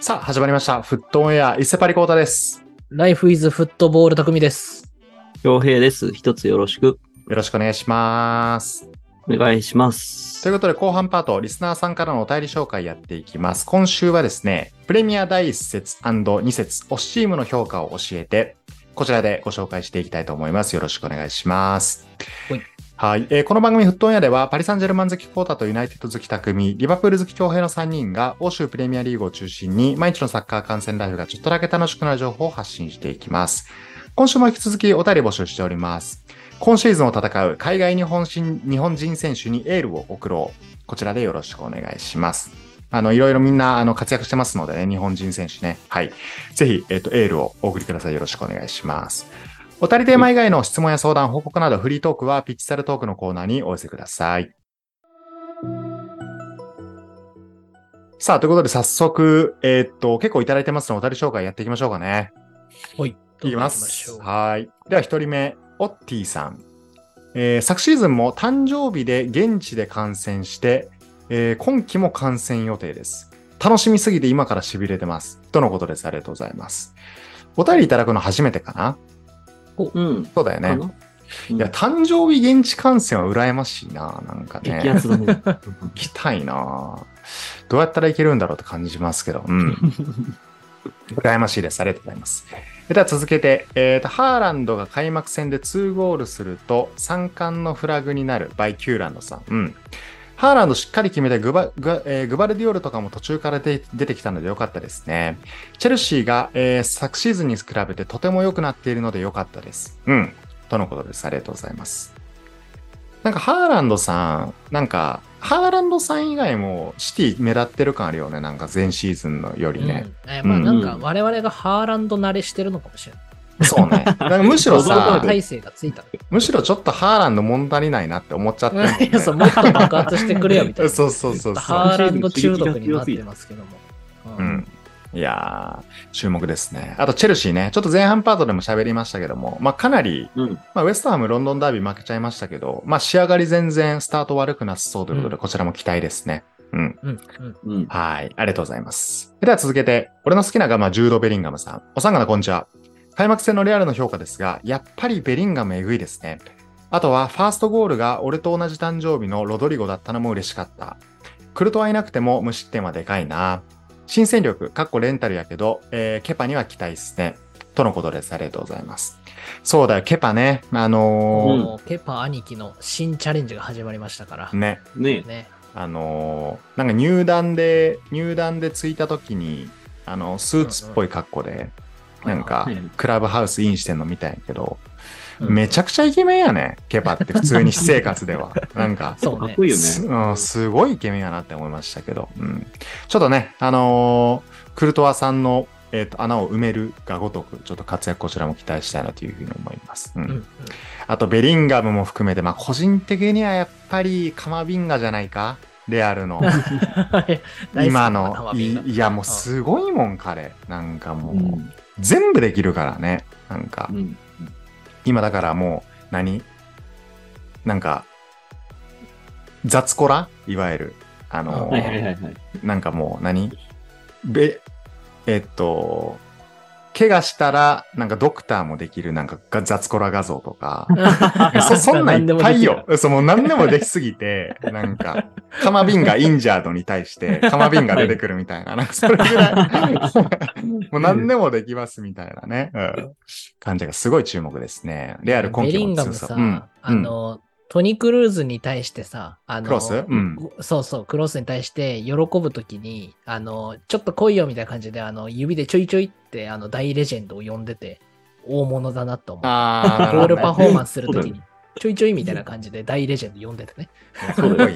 さあ、始まりました。フットオンエア、伊勢パリコータです。ライフイズフットボール匠です。洋平です。一つよろしくよろしくお願いします。お願いしまといす。うことで、後半パート、リスナーさんからのお便り紹介やっていきます。今週はですね、プレミア第1節 &2 節、推しチームの評価を教えて、こちらでご紹介していきたいと思います。よろしくお願いしますほい。はい、えーこの番組フットオンエアでは、パリ・サンジェルマン好きコータとユナイテッド好き匠、リバプール好き強平の3人が、欧州プレミアリーグを中心に、毎日のサッカー観戦ライフがちょっとだけ楽しくなる情報を発信していきます。今週も引き続きお便り募集しております。今シーズンを戦う海外日本人日本人選手にエールを送ろう。こちらでよろしくお願いします。あの、いろいろみんな、あの、活躍してますのでね、日本人選手ね。はい。ぜひ、えっ、と、エールをお送りください。よろしくお願いします。おたりテーマ以外の質問や相談、報告など、フリートークは、ピッチサルトークのコーナーにお寄せください。さあ、ということで、早速、えっ、と、結構いただいてますので、おたり紹介やっていきましょうかね。はい。いきまどうぞ行きしす。ょうはい。では一人目、オッティさん。えー昨シーズンも誕生日で現地で観戦して、えー今季も観戦予定です。楽しみすぎて今から痺れてます。とのことです。ありがとうございます。お便りいただくの初めてかなうん。そうだよかね。ないや、誕生日現地観戦は羨ましいな。なんかね。激アツ だね。行きたいなどうやったらいけるんだろうって感じますけど、うん。羨ましいです。ありがとうございます。では続けて、えーと、ハーランドが開幕戦で2ゴールすると、3冠のフラグになるバイキューランドさん。うん。ハーランドしっかり決めてグバグ,、えーグバルディオルとかも途中からで出てきたので良かったですね。チェルシーが、えー昨シーズンに比べてとても良くなっているので良かったです。うん。とのことです。ありがとうございます。なんかハーランドさん、なんか、ハーランドさん以外もシティ目立ってる感あるよね。なんか前シーズンのよりね。うんえまあうんなんか我々がハーランド慣れしてるのかもしれない。そうね。だからむし ろあさー、体勢がついた。むしろちょっとハーランド物足りないなって思っちゃってるもんね、 いやそうもっと爆発してくれよみたいな。 そうそうそうそハう。ーランド中毒になってますけども。ううんん。いやー、注目ですね。あと、チェルシーね。ちょっと前半パートでも喋りましたけども、まあかなり、うん。まあウェストハム、ロンドンダービー負けちゃいましたけど、まあ仕上がり全然スタート悪くなさそうということで、うんこちらも期待ですね。うん。うんうんうん。はい。ありがとうございます。では続けて、俺の好きなガムはジュード・ベリンガムさん。おさんがな、こんにちは。開幕戦のレアルの評価ですが、やっぱりベリンガムえぐいですね。あとは、ファーストゴールが俺と同じ誕生日のロドリゴだったのも嬉しかった。クルトはいなくても無失点はでかいな。新戦力、かっこレンタルやけど、えーケパには期待っすね。とのことです。ありがとうございます。そうだよ、ケパね。あのもうケパ兄貴の新チャレンジが始まりましたからー。ね。ねね。あのーなんか入団で、入団で着いた時に、あの、スーツっぽい格好で、うんうんなんかはいはい、クラブハウスインしてんのみたいやけど、うんめちゃくちゃイケメンやね、ケパって普通に私生活では。なんか、そうかっねこ。いいよすね。うんすごいイケメンやなって思いましたけど、うん、ちょっとね、あのークルトワさんの、えーと穴を埋めるがごとく、ちょっと活躍こちらも期待したいなというふうに思います。うんうん うんあとベリンガムも含めて、まあ、個人的にはやっぱりカマビンガじゃないか、レアルの。今のいいやもう すごいもん彼なんかもう、うん全部できるからねなんか、うん。今だからもう何なんか雑コラいわゆるあの、うんはいはいはいはい。なんかもう何べえっと怪我したらなんかドクターもできるなんかが雑コラ画像とかそそんなんいっぱいよ。そう、もう何でもできすぎて、なんか、カマビンがインジャードに対して、カマビンが出てくるみたいな、なんかそれぐらい、 もう何でもできますみたいなね、うん、感じがすごい注目ですね。レアル今ベリ季ンもガ強ムさ。さ、うん、あの、トニ・クルーズに対してさ、あの、クロスうんそうそう、クロスに対して喜ぶときに、あの、ちょっと来いよみたいな感じで、あの、指でちょいちょいって、あの、大レジェンドを呼んでて、大物だなと思う。あー、なるほどゴールねパフォーマンスするときそうだに、ちょいちょいみたいな感じで大レジェンド呼んで てね。すごいね。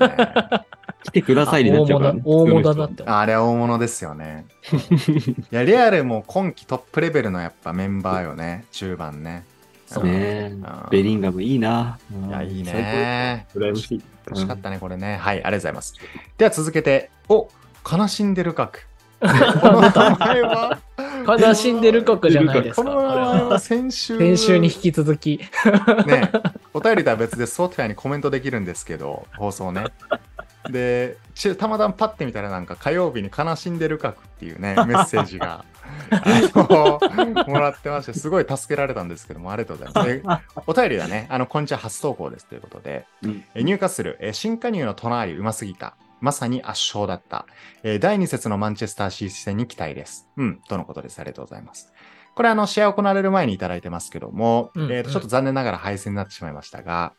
来てくだあさ大いになっちゃ物うかだらね。大物だなって思う。あれは大物ですよ ね。いや、レアルも今季トップレベルのやっぱメンバーよね、中盤ね。そうねうんベリンガムいいな。いや、いい最ね。高。羨ましい。楽しかったね、これね。はい、ありがとうございます。では続けて、お悲しんでる角。 この名前は、悲しんでる国じゃないですこか。のこ名れ前はは先週、先週に引き続き。ね、お便りとは別で、スポーティファイにコメントできるんですけど、放送ね。で、ちたまたまパッて見たらなんか火曜日に悲しんでるかくっていう ね、メッセージが、あの、もらってまして、すごい助けられたんですけども、ありがとうございますで。お便りはね、あの、こんにちは初投稿ですということで、うんえー入荷する、えー新加入の隣うますぎた。まさに圧勝だった。えー第2節のマンチェスターシー戦に期待です。うん、とのことです。ありがとうございます。これ、あの、試合行われる前にいただいてますけども、うんえーとちょっと残念ながら敗戦になってしまいましたが、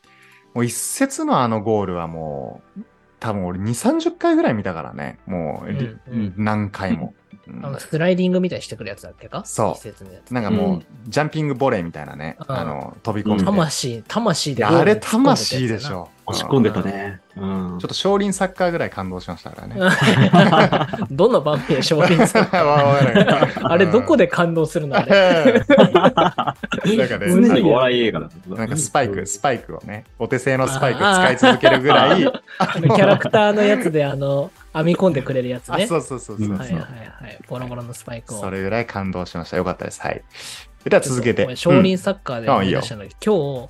もう一節のあのゴールはもう、多分俺2、30回ぐらい見たからね、もう、りうんうん何回 も。うんあのスライディングみたいにしてくるやつだっけかそう季節のやつ。なんかもう、うんジャンピングボレーみたいなね、うんあの、飛び込んで。魂、魂いでやゴーあルれに突っ込んたやつ魂だなでし。ょ。押し込んでたね。うんちょっ。と少林サッカーぐらい感動しました からね。 どの場面で勝利する あれどこでで感動するのあれ。 なんかね常にお笑い映画だった。なんかスパイク、スパイクをね、お手製のスパイク使い続けるぐらい、あのキャラクターのやつで、あの、編み込んでくれるやつあ、ね。そうそうそうそうそう、はいはいはい。ボロボロのスパイクを。それぐらい感動しました。よかったです。はい。では続けごめて。ん少林サッカーでうんあ思いいいよ出したのに、今日、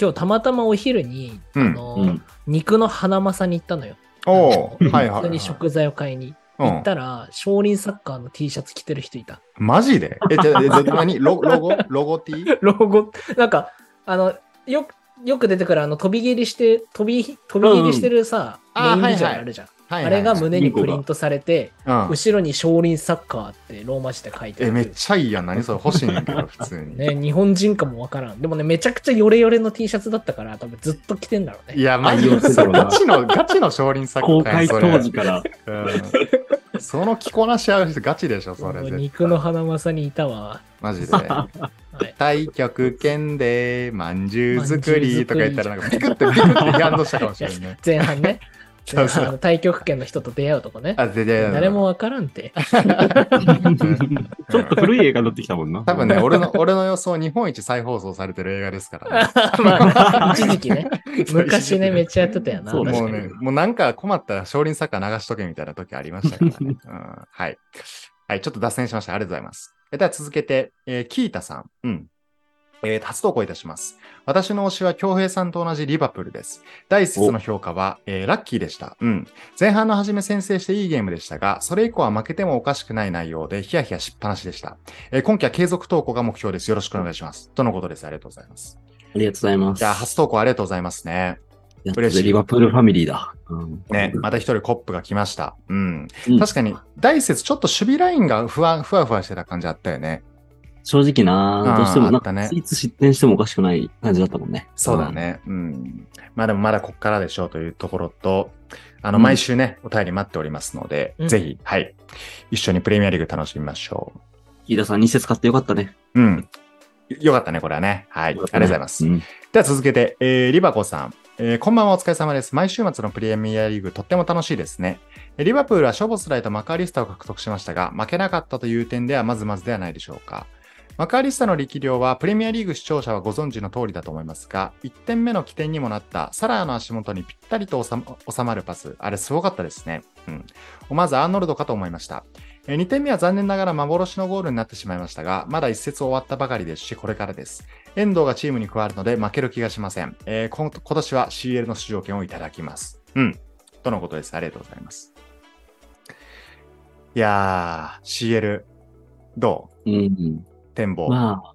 今日たまたまお昼に、うんあうのん。肉の花正に行ったのよ。おお、はい普はい、は通いに。食材を買いにう行んっ、たら、少林サッカーの T シャツ着てる人いた。マジ でえ、じゃあ、えじゃあ何ロロゴロゴ T? ロゴ、なんか、あの、よく、よく出てくるあの飛び蹴りして飛び飛び蹴りしてるさ、うんうんあーメインビジュアはいはいルあるじゃん、はいはいあれが胸にプリントされて、うん、後ろに少林サッカーってローマ字で書いてえ、あるめっちゃいいやん。何それ欲しいねん けど、普通に。ね、日本人かもわからん。でもね、めちゃくちゃヨレヨレの T シャツだったから、多分ずっと着てんだろういね。や、マジ愛用で。してたろうなガチの、ガチの少林サッカー公やん開そ当れ時から。うんその着こなし合う人ガチでしょ、それもう絶対。肉の花まさにいたわ。マ ジで。はい、太極拳でまんじゅう作りとか言ったら、なんかピクってピクって感動したかもしれんね。前半ね。 そうそう前半あの太極拳の人と出会うとこね。あ、全然。 誰もわから んって。ちょっと古い映画になってきたもんな。多分ね、俺の、俺の予想、日本一再放送されてる映画ですから、まあ、一時 期ね。 昔ね、めっちゃやってたよな。そう確もかうにね、もうなんか困ったら少林サッカー流しとけみたいな時ありました からね。うん、はい。はい、ちょっと脱線しました。ありがとうございます。えでは続けて、えーキータさん。うん。えー初投稿いたします。私の推しは京平さんと同じリバプールです。第1節の評価は、えーラッキーでした。うん。前半の初め先制していいゲームでしたが、それ以降は負けてもおかしくない内容でヒヤヒヤしっぱなしでした。えー今期は継続投稿が目標です。よろしくお願いします。とのことです。ありがとうございます。ありがとうございます。じゃあ、初投稿ありがとうございますね。やっと嬉しいリバプールファミリーだ。うんね、また一人コップが来ました。うん。うん確かに、第一節ちょっと守備ラインが不安、ふわふわしてた感じあったよね。正直うんな、どうしてもなあったねいつ失点してもおかしくない感じだったもんね。そうだね。うん。まあでもまだこっからでしょうというところと、あの、うん毎週ね、お便り待っておりますので、うんぜひ、はい。一緒にプレミアリーグ楽しみましょうん。飯田さん、2節買ってよかったね。う。うん。よよかったね、これはね。はい。ありがとうございますう。んでは続けて、えーリバコさん。えーこんばんはお疲れ様です。毎週末のプレミアリーグとっても楽しいですね。えーリバプールはショボスライとマカリスタを獲得しましたが、負けなかったという点ではまずまずではないでしょうか。マカリスタの力量はプレミアリーグ視聴者はご存知の通りだと思いますが、1点目の起点にもなったサラーの足元にぴったりと収ま収まるパス、あれすごかったですね。うん。まずアーノルドかと思いました。えー2点目は残念ながら幻のゴールになってしまいましたが、まだ1節終わったばかりですし、これからです。遠藤がチームに加わるので負ける気がしません。えーこん今年は CL の出場権をいただきます。うん。とのことです。ありがとうございます。いやー、CL、どうんうん。う展望。まあ、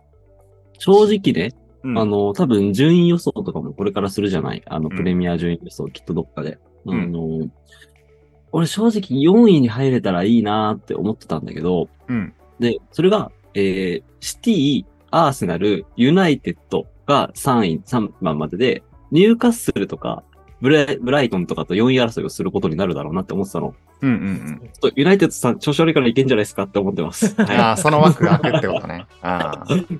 正直ね、うん、あの、多分順位予想とかもこれからするじゃないあの、うんプレミア順位予想、きっとどっかで。うんあの、俺正直4位に入れたらいいなーって思ってたんだけど、うん。で、それが、えー、シティ、アーセナル、ユナイテッドが3位、3番までで、ニューカッスルとか、ブレブライトンとかと4位争いをすることになるだろうなって思ってたの。うんうんうん。ちょっとユナイテッドさん、調子悪いからいけんじゃないですかって思ってます。 はあーその枠が開くってことね。あーい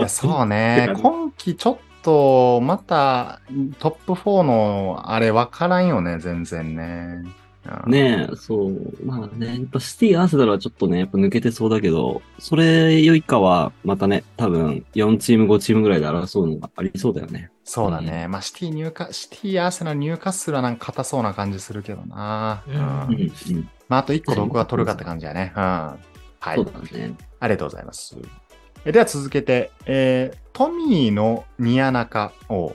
や、そうね。今季ちょっと、また、トップ4の、あれ、わからんよね、全然ね。あーい。ねえ、そう。まあね、やっぱシティ、アーセナルはちょっとね、やっぱ抜けてそうだけど、それよりかは、またね、多分、4チーム、5チームぐらいで争うのがありそうだよね。そうだね。まあ、シティ入荷、シティ、アーセナル、入荷すらなんか硬そうな感じするけどな。ううんん。うん、うん。まあ、あと一個どこが取るかって感じだね。うん。はいそう。だね。ありがとうございます。えでは続けて、えートミーのニヤナカを、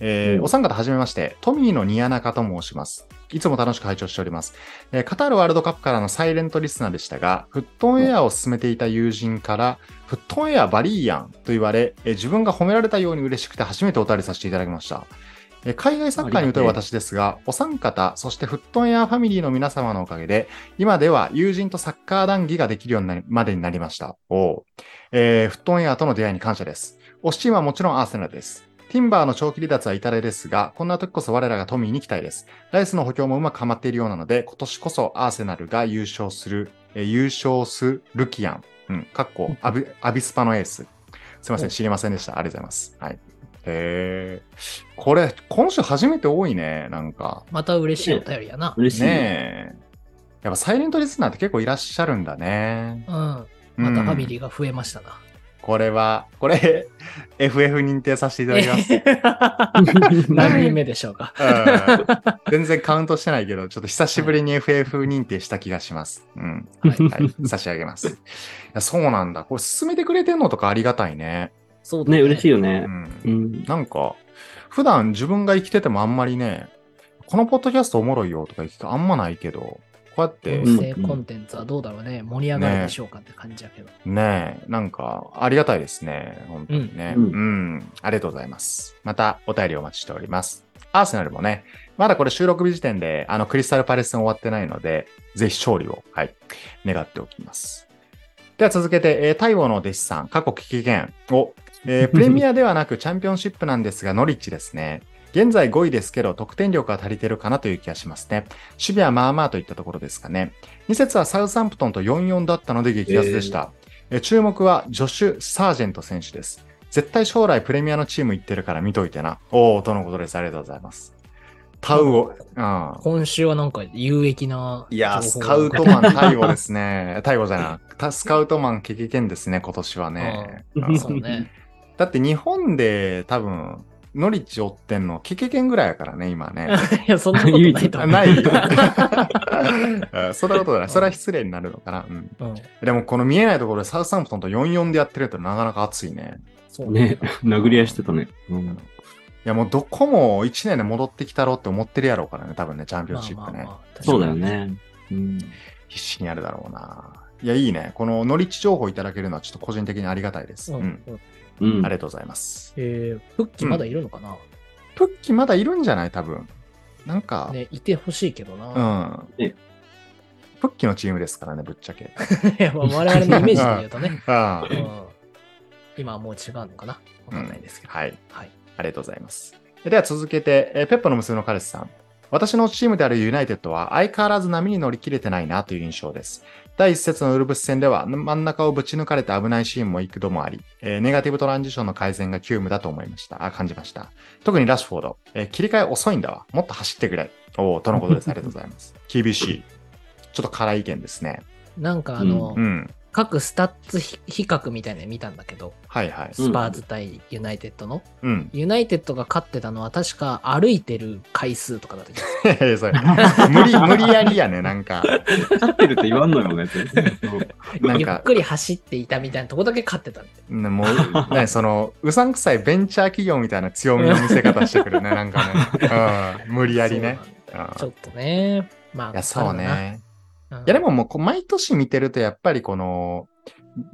えーうんお三方はじめまして、トミーのニヤナカと申します。いつも楽しく拝聴しております、えーカタールワールドカップからのサイレントリスナーでしたが、フットンエアを進めていた友人から、フットンエアバリーヤンと言われ、えー自分が褒められたように嬉しくて初めてお便りさせていただきました。えー海外サッカーに疎い私ですが、お三方、そしてフットンエアファミリーの皆様のおかげで、今では友人とサッカー談義ができるようになりまでになりました。おうえーフットンエアとの出会いに感謝です。推しチームはもちろんアーセナルです。ティンバーの長期離脱は痛手ですが、こんな時こそ我らがトミーに期待です。ライスの補強もうまくはまっているようなので、今年こそアーセナルが優勝する、えー優勝するキアン、うん、かっこアビアビスパのエース。すいませうんん、知りませんでした。ありがとうございます。はい。へーこれ、今週初めて多いね、なんか。また嬉しいお便りやな。嬉しい。ねえ。やっぱサイレントリスナーって結構いらっしゃるんだね。うん。またファミうんリーが増えましたな。これは、これ、FF 認定させていただきます。 何人目でしょうか。うん全然カウントしてないけど、ちょっと久しぶりに FF 認定した気がします。うん。はい、はい、差し上げます。いやそうなんだ。これ進めてくれてんのとかありがたいね。そうだ ね、嬉しいようね。ん。うん。なんか、普段自分が生きててもあんまりね、このポッドキャストおもろいよとか言ってあんまないけど、こうやって音声コンテンツはどうだろうね。盛り上がるでしょうかって感じやけど。ねえ、なんかありがたいですね。本当にね。う、うんんありがとうございます。またお便りお待ちしております。アーセナルもね、まだこれ収録日時点で、あの、クリスタルパレス戦終わってないので、ぜひ勝利を、はい、願っておきます。では続けて、えー、太陽の弟子さん、過去危機権を、 えープレミアではなくチャンピオンシップなんですが、ノリッチですね。現在5位ですけど、得点力は足りてるかなという気がしますね。守備はまあまあといったところですかね。2節はサウサンプトンと4-4だったので激安でした。えー注目はジョシュ・サージェント選手です。絶対将来プレミアのチーム行ってるから見といてな。おお、とのことです。ありがとうございます。タウオ、うん。今週はなんか有益な。いやー、スカウトマン、タイゴですね。 タイゴじゃないた。スカウトマン、経験ですね、今年はね。うんうんそうね。 だって日本で多分、ノリッチ追ってんの、経験ぐらいやからね、今ね。いや、そんなことないとあ思う。 ないうんそんなことない。それは失礼になるのかな。うん、うん。でも、この見えないところでサウスサンプトンと44でやってるとなかなか熱いね。そうね。ね、殴り合いしてたね。うん。いや、もうどこも1年で戻ってきたろって思ってるやろうからね、多分ね、チャンピオまンあシッまプあね。まあ。そうだよね。うん。必死にやるだろうな。いや、いいね。このノリッチ情報いただけるのはちょっと個人的にありがたいです。う。うんん。うんうん。ありがとうございます。えー、復帰まだいるのかな、プッキーまだいるんじゃない多分。なんか、ね、いてほしいけどな。うん。ねプッキーのチームですからね、ぶっちゃけ。 いやまあ我々のイメージで言うとね、あうん、今はもう違うのかなわかんないですけど。はい。はい。ありがとうございます。では続けて、えーペッポの娘の彼氏さん。私のチームであるユナイテッドは相変わらず波に乗り切れてないなという印象です。第1節のウルブス戦では真ん中をぶち抜かれて危ないシーンも幾度もあり、えーネガティブトランジションの改善が急務だと思いました。あ、感じました。特にラッシュフォード、えー切り替え遅いんだわ。もっと走ってくれ。おお、とのことです。ありがとうございます。 厳しい。ちょっと辛い意見ですね。なんかあの、うん。各スタッツ比比較みたいなの見たんだけど、はいはい。スパーズ対ユナイテッドの。うん。 ユナイテッドが勝ってたのは確か歩いてる回数とかだった気がすいやいやそれ 無理、無理やりやね、なんか。勝ってるって言わんのよね、 全然るなんゆかっ、くり走っていたみたいなとこだけ勝ってたんだよね、もう、ね、その、うさんくさいベンチャー企業みたいな強みの見せ方してくるね、なんかね。うん、無理やりね。そううんなんだちょっとね。まあ、いや、そうね。あるわな。うんいや、でももうこう、毎年見てると、やっぱりこの、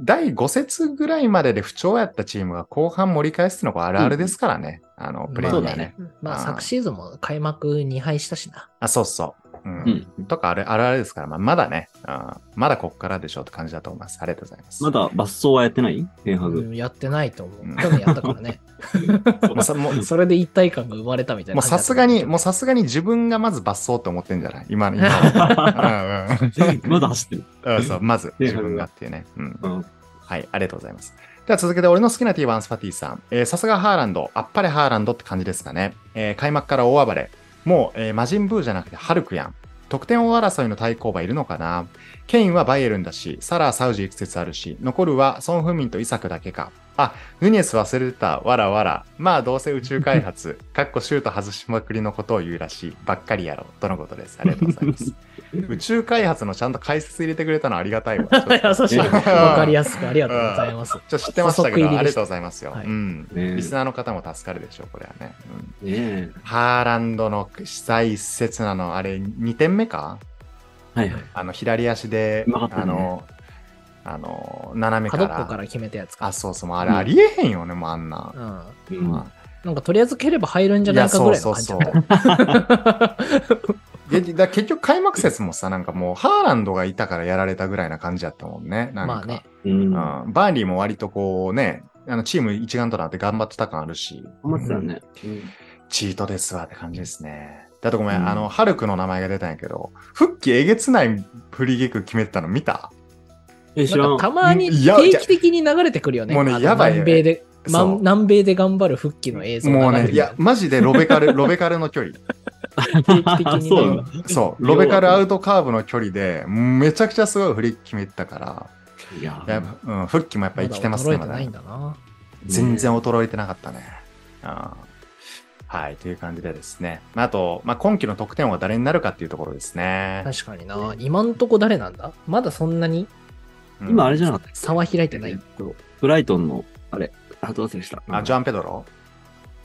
第5節ぐらいまでで不調やったチームが後半盛り返すのがあるあるですからね。あの、プレーそにうね。だね。まああ、ー昨シーズンも開幕2敗したしな。あ、そうそう。うん。うん。とかあるあるあるですから、まあ、まだね、うんまだこっからでしょうって感じだと思います。ありがとうございます。まだ抜走はやってないペンハうグ。ん、やってないと思うんう。去年やったからね。もうさ もうそれで一体感が生まれたみたいもなう感じださすった。がに、もうさすがに自分がまず抜走って思ってんじゃない今の、今 のうんうん。まだ走ってる。うん、そう、まずね自分がっていうね。うん。うん。はい、ありがとうございます。では続けて、俺の好きな T1 スパティさん。えーさすがハーランド、あっぱれハーランドって感じですかね。えー開幕から大暴れ。もう、えーマジンブーじゃなくてハルクやん。得点王争いの対抗馬いるのかなケインはバイエルンだし、サラー・サウジ行く説あるし、残るはソン・フンミンとイサクだけか。あ、ヌニエス忘れてた、わらわら。まあ、どうせ宇宙開 発、かっこシュート外しまくりのことを言うらしい、ばっかりやろう。とのことです。ありがとうござい ます。宇宙開発のちゃんと解説入れてくれたのありがた いわ。ちょっと優しい。うんわかりやすくありがとうござ います。ちょっと知ってましたけど、補足入りでしたありがとうございますよ。はいうん。ねリスナーの方も助かるでしょう、これはね。うんえねハーランドの被災施設なの、あれ、2点目かえ。はいはい。あの、左足で、うまかったねあの、あの、斜めか角ら。っこから決めたやつか。あ、そうそう、もうあれありえへんよね、もうあんなう。ん。うんまあなんかとりあえず蹴れば入るんじゃないかぐらいの感じだいやそう でだ結局、開幕節もさ、なんかもう、ハーランドがいたからやられたぐらいな感じだったもんね。なんかまあね。うん。うん、バーンリーも割とこうね、あのチーム一丸となって頑張ってた感あるし、頑張ってたね。チートですわって感じですね。だとごめん、うんあの、ハルクの名前が出たんやけど、復帰えげつないフリーキック決めてたの見たえ、知らなんんか。たまに定期的に流れてくるよね。もうねあのやばいよね南米で、まそう南米で頑張る復帰の映像もうが流れね、ていくるや、マジでロベカル、ロベカルの距離。定期的にねそうなんだ。 そう、ロベカルアウトカーブの距離で、めちゃくちゃすごいフリーキック決めてたから、いややっぱ、うん、復帰もやっぱ生きてますね、まだまだ衰えねてないんだな。全然衰えてなかったね。あーはい、という感じでですね。まああと、まあ、今期の得点王は誰になるかっていうところですね。確かにな。今んとこ誰なんだまだそんなにうん今あれじゃなかったっ差は開いてけなえっい。と、ブライトンの、あれ、あ、どうせでした。あ、ジョアン・ペドロ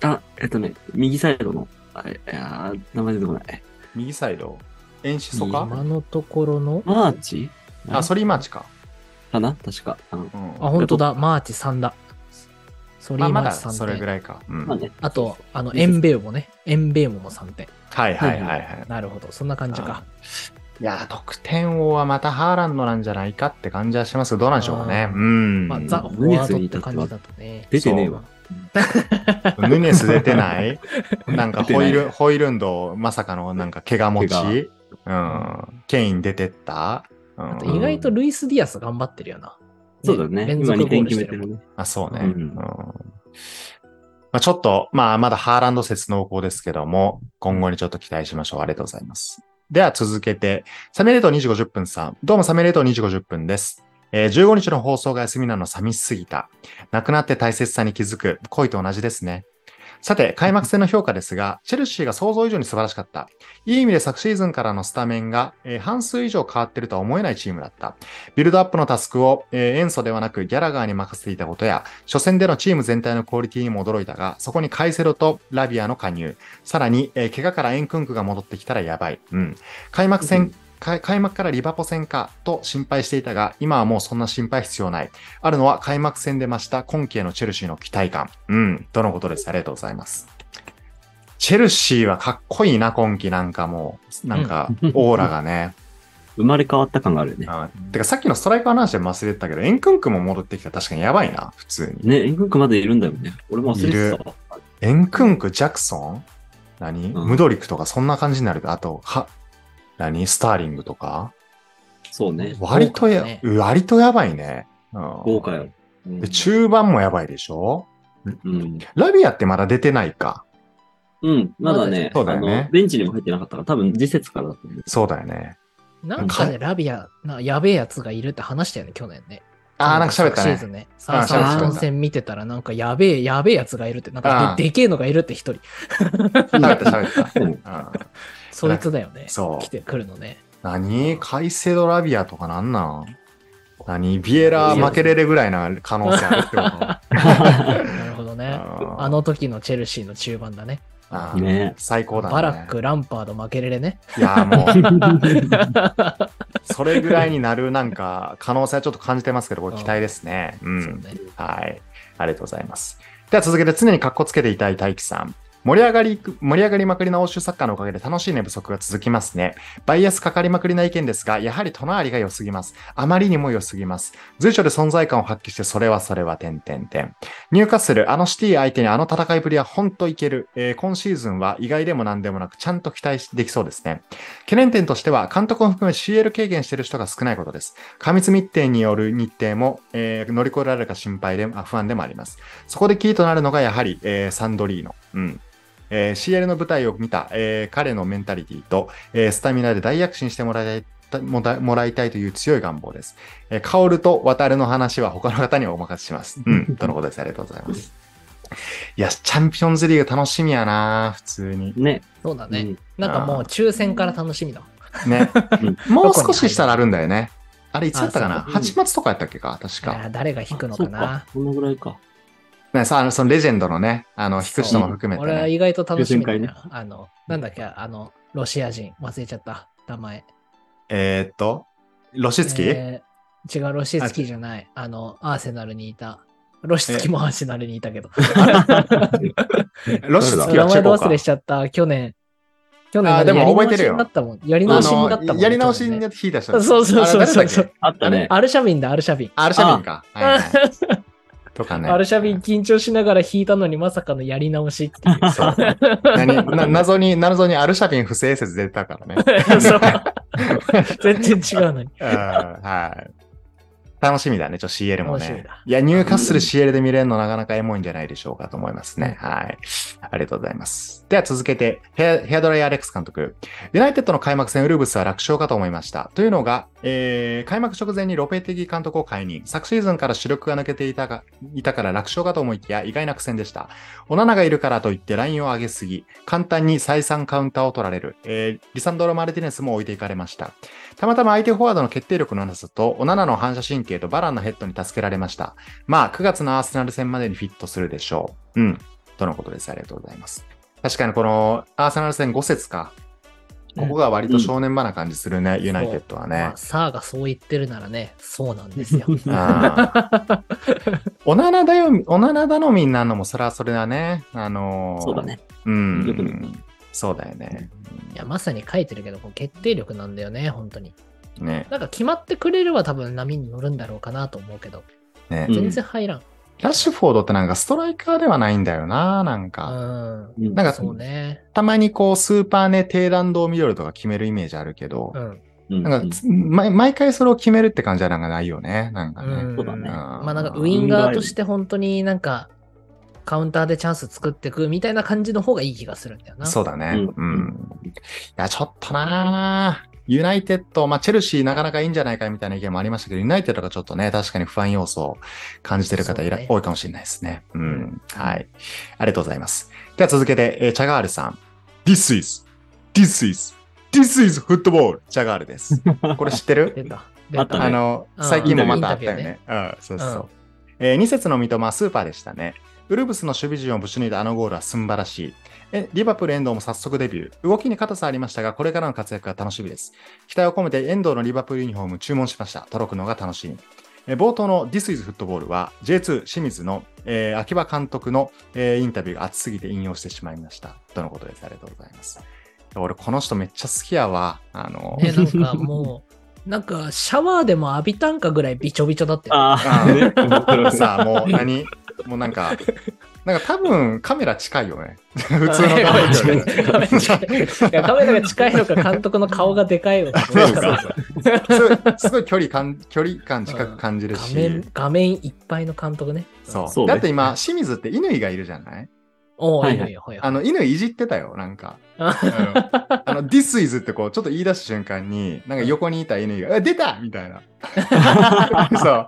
あ、えっとね、右サイドの、あれ、いやー名前出てこない。右サイド遠視そ今かのところの、マーチあ、ソリーマーチか。かな確か。うんうん。あ、本当だ、マーチ3だ。ソリまあ、ーマまーだチ3点。それぐらいか。うんまあね。あと、あの、エンベウもね。エンベウも3点。はいはいはいはい。なるほど、そんな感じか。いやー、得点王はまたハーランドなんじゃないかって感じはしますけど、どうなんでしょうかね。うん。まあ、ザ・フォワードって感じだとね。出てねえわ。ヌネス出てない なんか出てホなイいル、ホイルンド、まさかのなんか怪我持ち。うん。ケイン出てった。うあとん。意外とルイス・ディアス頑張ってるよな。そうだね。連今続ゴ2ー点ルし決てるめてもんるね。あ、そうね。うんうんまあ、ちょっと、まあ、まだハーランド説濃厚ですけども、今後にちょっと期待しましょう。ありがとうございます。では続けて、サメレート2時50分さん。どうもサメレート2時50分です。えー15日の放送が休みなの寂しすぎた。亡くなって大切さに気づく。恋と同じですね。さて、開幕戦の評価ですが、チェルシーが想像以上に素晴らしかった。いい意味で昨シーズンからのスタメンが、えー半数以上変わってるとは思えないチームだった。ビルドアップのタスクを、えー塩素ではなくギャラガーに任せていたことや、初戦でのチーム全体のクオリティにも驚いたが、そこにカイセロとラビアの加入。さらに、えー怪我からエンクンクが戻ってきたらやばい。うん。開幕戦、うんか開幕からリバポ戦かと心配していたが、今はもうそんな心配必要ない。あるのは開幕戦で増した今季へのチェルシーの期待感。うん。とのことです。ありがとうございます。チェルシーはかっこいいな、今季なんかもう。なんか、オーラがね。生まれ変わった感があるよね。あてかさっきのストライカーの話でも忘れてたけど、エンクンクも戻ってきたら確かにやばいな、普通に。ね、エングンクまでいるんだよね。俺も忘れてたわ。エンクンク、ジャクソン何、うんムドリクとかそんな感じになるあと、は、何スターリングとかそうね。割とや、豪華だね割とやばいね。うん豪華よ。うんで中盤もやばいでしょうん。ラビアってまだ出てないか。うん。まだね、そうだよねあのベンチにも入ってなかったから、多分次節からだと思う。そうだよね。なんかね、ラビア、なやべえやつがいるって話したよね、去年ね。あー、なんか喋った昨シねーズ。ンね。あーサ喋ったーン戦見てたら、なんかやべえ、やべえやつがいるって、なんあーかででけえのがいるって一人。喋った、喋っうた。うんそいつだよね。そう来てくるの ね。何カイセドラビアとかなんなん何ビエラ負けれるぐらいな可能性あるってこと なるほどね。ああの時のチェルシーの中盤だね。あ ん。ね最高だね。バラック、ランパード、負けれれね。いや、もう、そ それぐらいになるなんか、可能性はちょっと感じてますけど、これうん期待ですね。う。うんね。はい。ありがとうございます。では続けて常に格好つけていたい大輝さん。盛り上がり、盛り上がりまくりな欧州サッカーのおかげで楽しい寝不足が続きますね。バイアスかかりまくりな意見ですが、やはりトナーリが良すぎます。あまりにも良すぎます。随所で存在感を発揮して、それはそれは、点点点。入荷する、あのシティ相手にあの戦いぶりは本当いける。えー今シーズンは意外でも何でもなく、ちゃんと期待できそうですね。懸念点としては、監督を含め CL 経験している人が少ないことです。過密日程による日程も、えー乗り越えられるか心配で、あ不安でもあります。そこでキーとなるのが、やはり、えーサンドリーノ。うん。えー CL の舞台を見た、えー彼のメンタリティと、えースタミナで大躍進してもらいもだもらいたいという強い願望です。えー、カオルと渡るの話は他の方にお任せします。うん、とのことです。ありがとうございます。いや、チャンピオンズリーグ楽しみやな普通に。ね。そうだね。うんなんかもう抽選から楽しみだ。ねうん。もう少ししたらあるんだよね。あれ、いつだったかなあそう ?8 月とかやったっけか確あか。ー誰が引くのあそかうな。このぐらいか。ね、さあの、そのレジェンドのね、あの、引く人も含めて、俺はね。意外と楽しみだ抽選な。あの、なんだっけ、あの、ロシア人、忘れちゃった、名前。えーっと、ロシツキ、えー違う、ロシスキーじゃない。あの、アーセナルにいた。ロシスキーもアーセナルにい たけど。ロシツキはチェ名前好きコ忘かれ。しちゃった、去年。去年あーでも覚えてるよだったもん。やり直しになったもあん。の、やり直しにななっって引いた人た。そうそうそうそうそう。。あったね。アルシャビンだ、アルシャビン。あれ誰だっけアルシャビンか。はい はいとかね。。アルシャビン緊張しながら弾いたのにまさかのやり直しっていう そう。何な謎に、謎にアルシャビン不正説出てたからね。 そう 全然違うのに。うんはい。楽しみだね、ちょっと CL も楽しみねだ。いや、ニューカッスル CL で見れるのなかなかエモいんじゃないでしょうかと思いますね。はい。ありがとうございます。では続けて、ヘアヘアドライアレックス監督。ユナイテッドの開幕戦、ウルブスは楽勝かと思いました。というのが、えー開幕直前にロペティギ監督を解任。昨シーズンから主力が抜けていたがいたから楽勝かと思いきや、意外な苦戦でした。オナナがいるからといってラインを上げすぎ、簡単に再三カウンターを取られる。えーリサンドロ・マルティネスも置いていかれました。たまたま相手フォワードの決定力のなさと、オナナの反射神経とバランのヘッドに助けられました。まあ、9月のアーセナル戦までにフィットするでしょう。うん。とのことです。ありがとうございます。確かにこのアーセナル戦5節か。ここが割と正念場な感じするね、ユナイテッドはねまあ、。サーがそう言ってるならね、そうなんですよ。あ オナナだよ、オナナ頼みになるのもそれはそれだね。あのーそうだ。ね。うよくねん。そうだよね。いや、まさに書いてるけど、こう決定力なんだよね、本当に。ね。なんか決まってくれれば多分波に乗るんだろうかなと思うけど、ねうん全然入らん。ラッシュフォードってなんかストライカーではないんだよな、なんうか。ん。うんなんかそうね。たまにこう、スーパーね、低弾道ミドルとか決めるイメージあるけどう、ん。うんなんかつ、毎毎回それを決めるって感じはなんかないよね、なんかうねん。そうだねまあなんかウィンガーとして本当になんか、カウンターでチャンス作ってくみたいな感じの方がいい気がするんだよな。そうだね。う。うんんいや、ちょっとなぁユナイテッド、まあ、チェルシーなかなかいいんじゃないかみたいな意見もありましたけど、ユナイテッドがちょっとね、確かに不安要素を感じてる方いら、そうね多いかもしれないですね。うん。はい。ありがとうございます。では続けて、えーチャガールさん。This is, this is, this is football! チャガールです。これ知 ってる出た。あったねあの、うん最近もまたあったよインタビューね。うん、そうそううそんう。えー、2節の三笘、スーパーでしたね。ウルブスの守備陣をぶち抜いたあのゴールはすんばらしい。え、リバプール遠藤も早速デビュー。動きに硬さありましたが、これからの活躍が楽しみです。期待を込めて遠藤のリバプールユニフォーム注文しました。届くのが楽しみ。えー冒頭の This is Football は J2 清水の、えー秋葉監督の、えーインタビューが熱すぎて引用してしまいました。とのことです。ありがとうございます。俺、この人めっちゃ好きやわ。あの、ね、なんかもう、 なんかシャワーでも浴びたんかぐらいびちょびちょだって。ああ、ね。面白いさあ、もう 何もうなんか、なんか多分カメラ近いよね。 普通のカメラよりねカメラ近い いやカメラが近いのか、監督の顔がでかいのか。そうそうそうすごい距離感、距離感近く感じる画し。面、画面いっぱいの監督ね。そうそうねだって今、清水って乾がいるじゃないおお、はいいいよはいいいよ、ほよあ。の、乾いじってたよ、なんか。ああの、あの This is ってこう、ちょっと言い出した瞬間に、なんか横にいた乾が、え出たみたい な。そ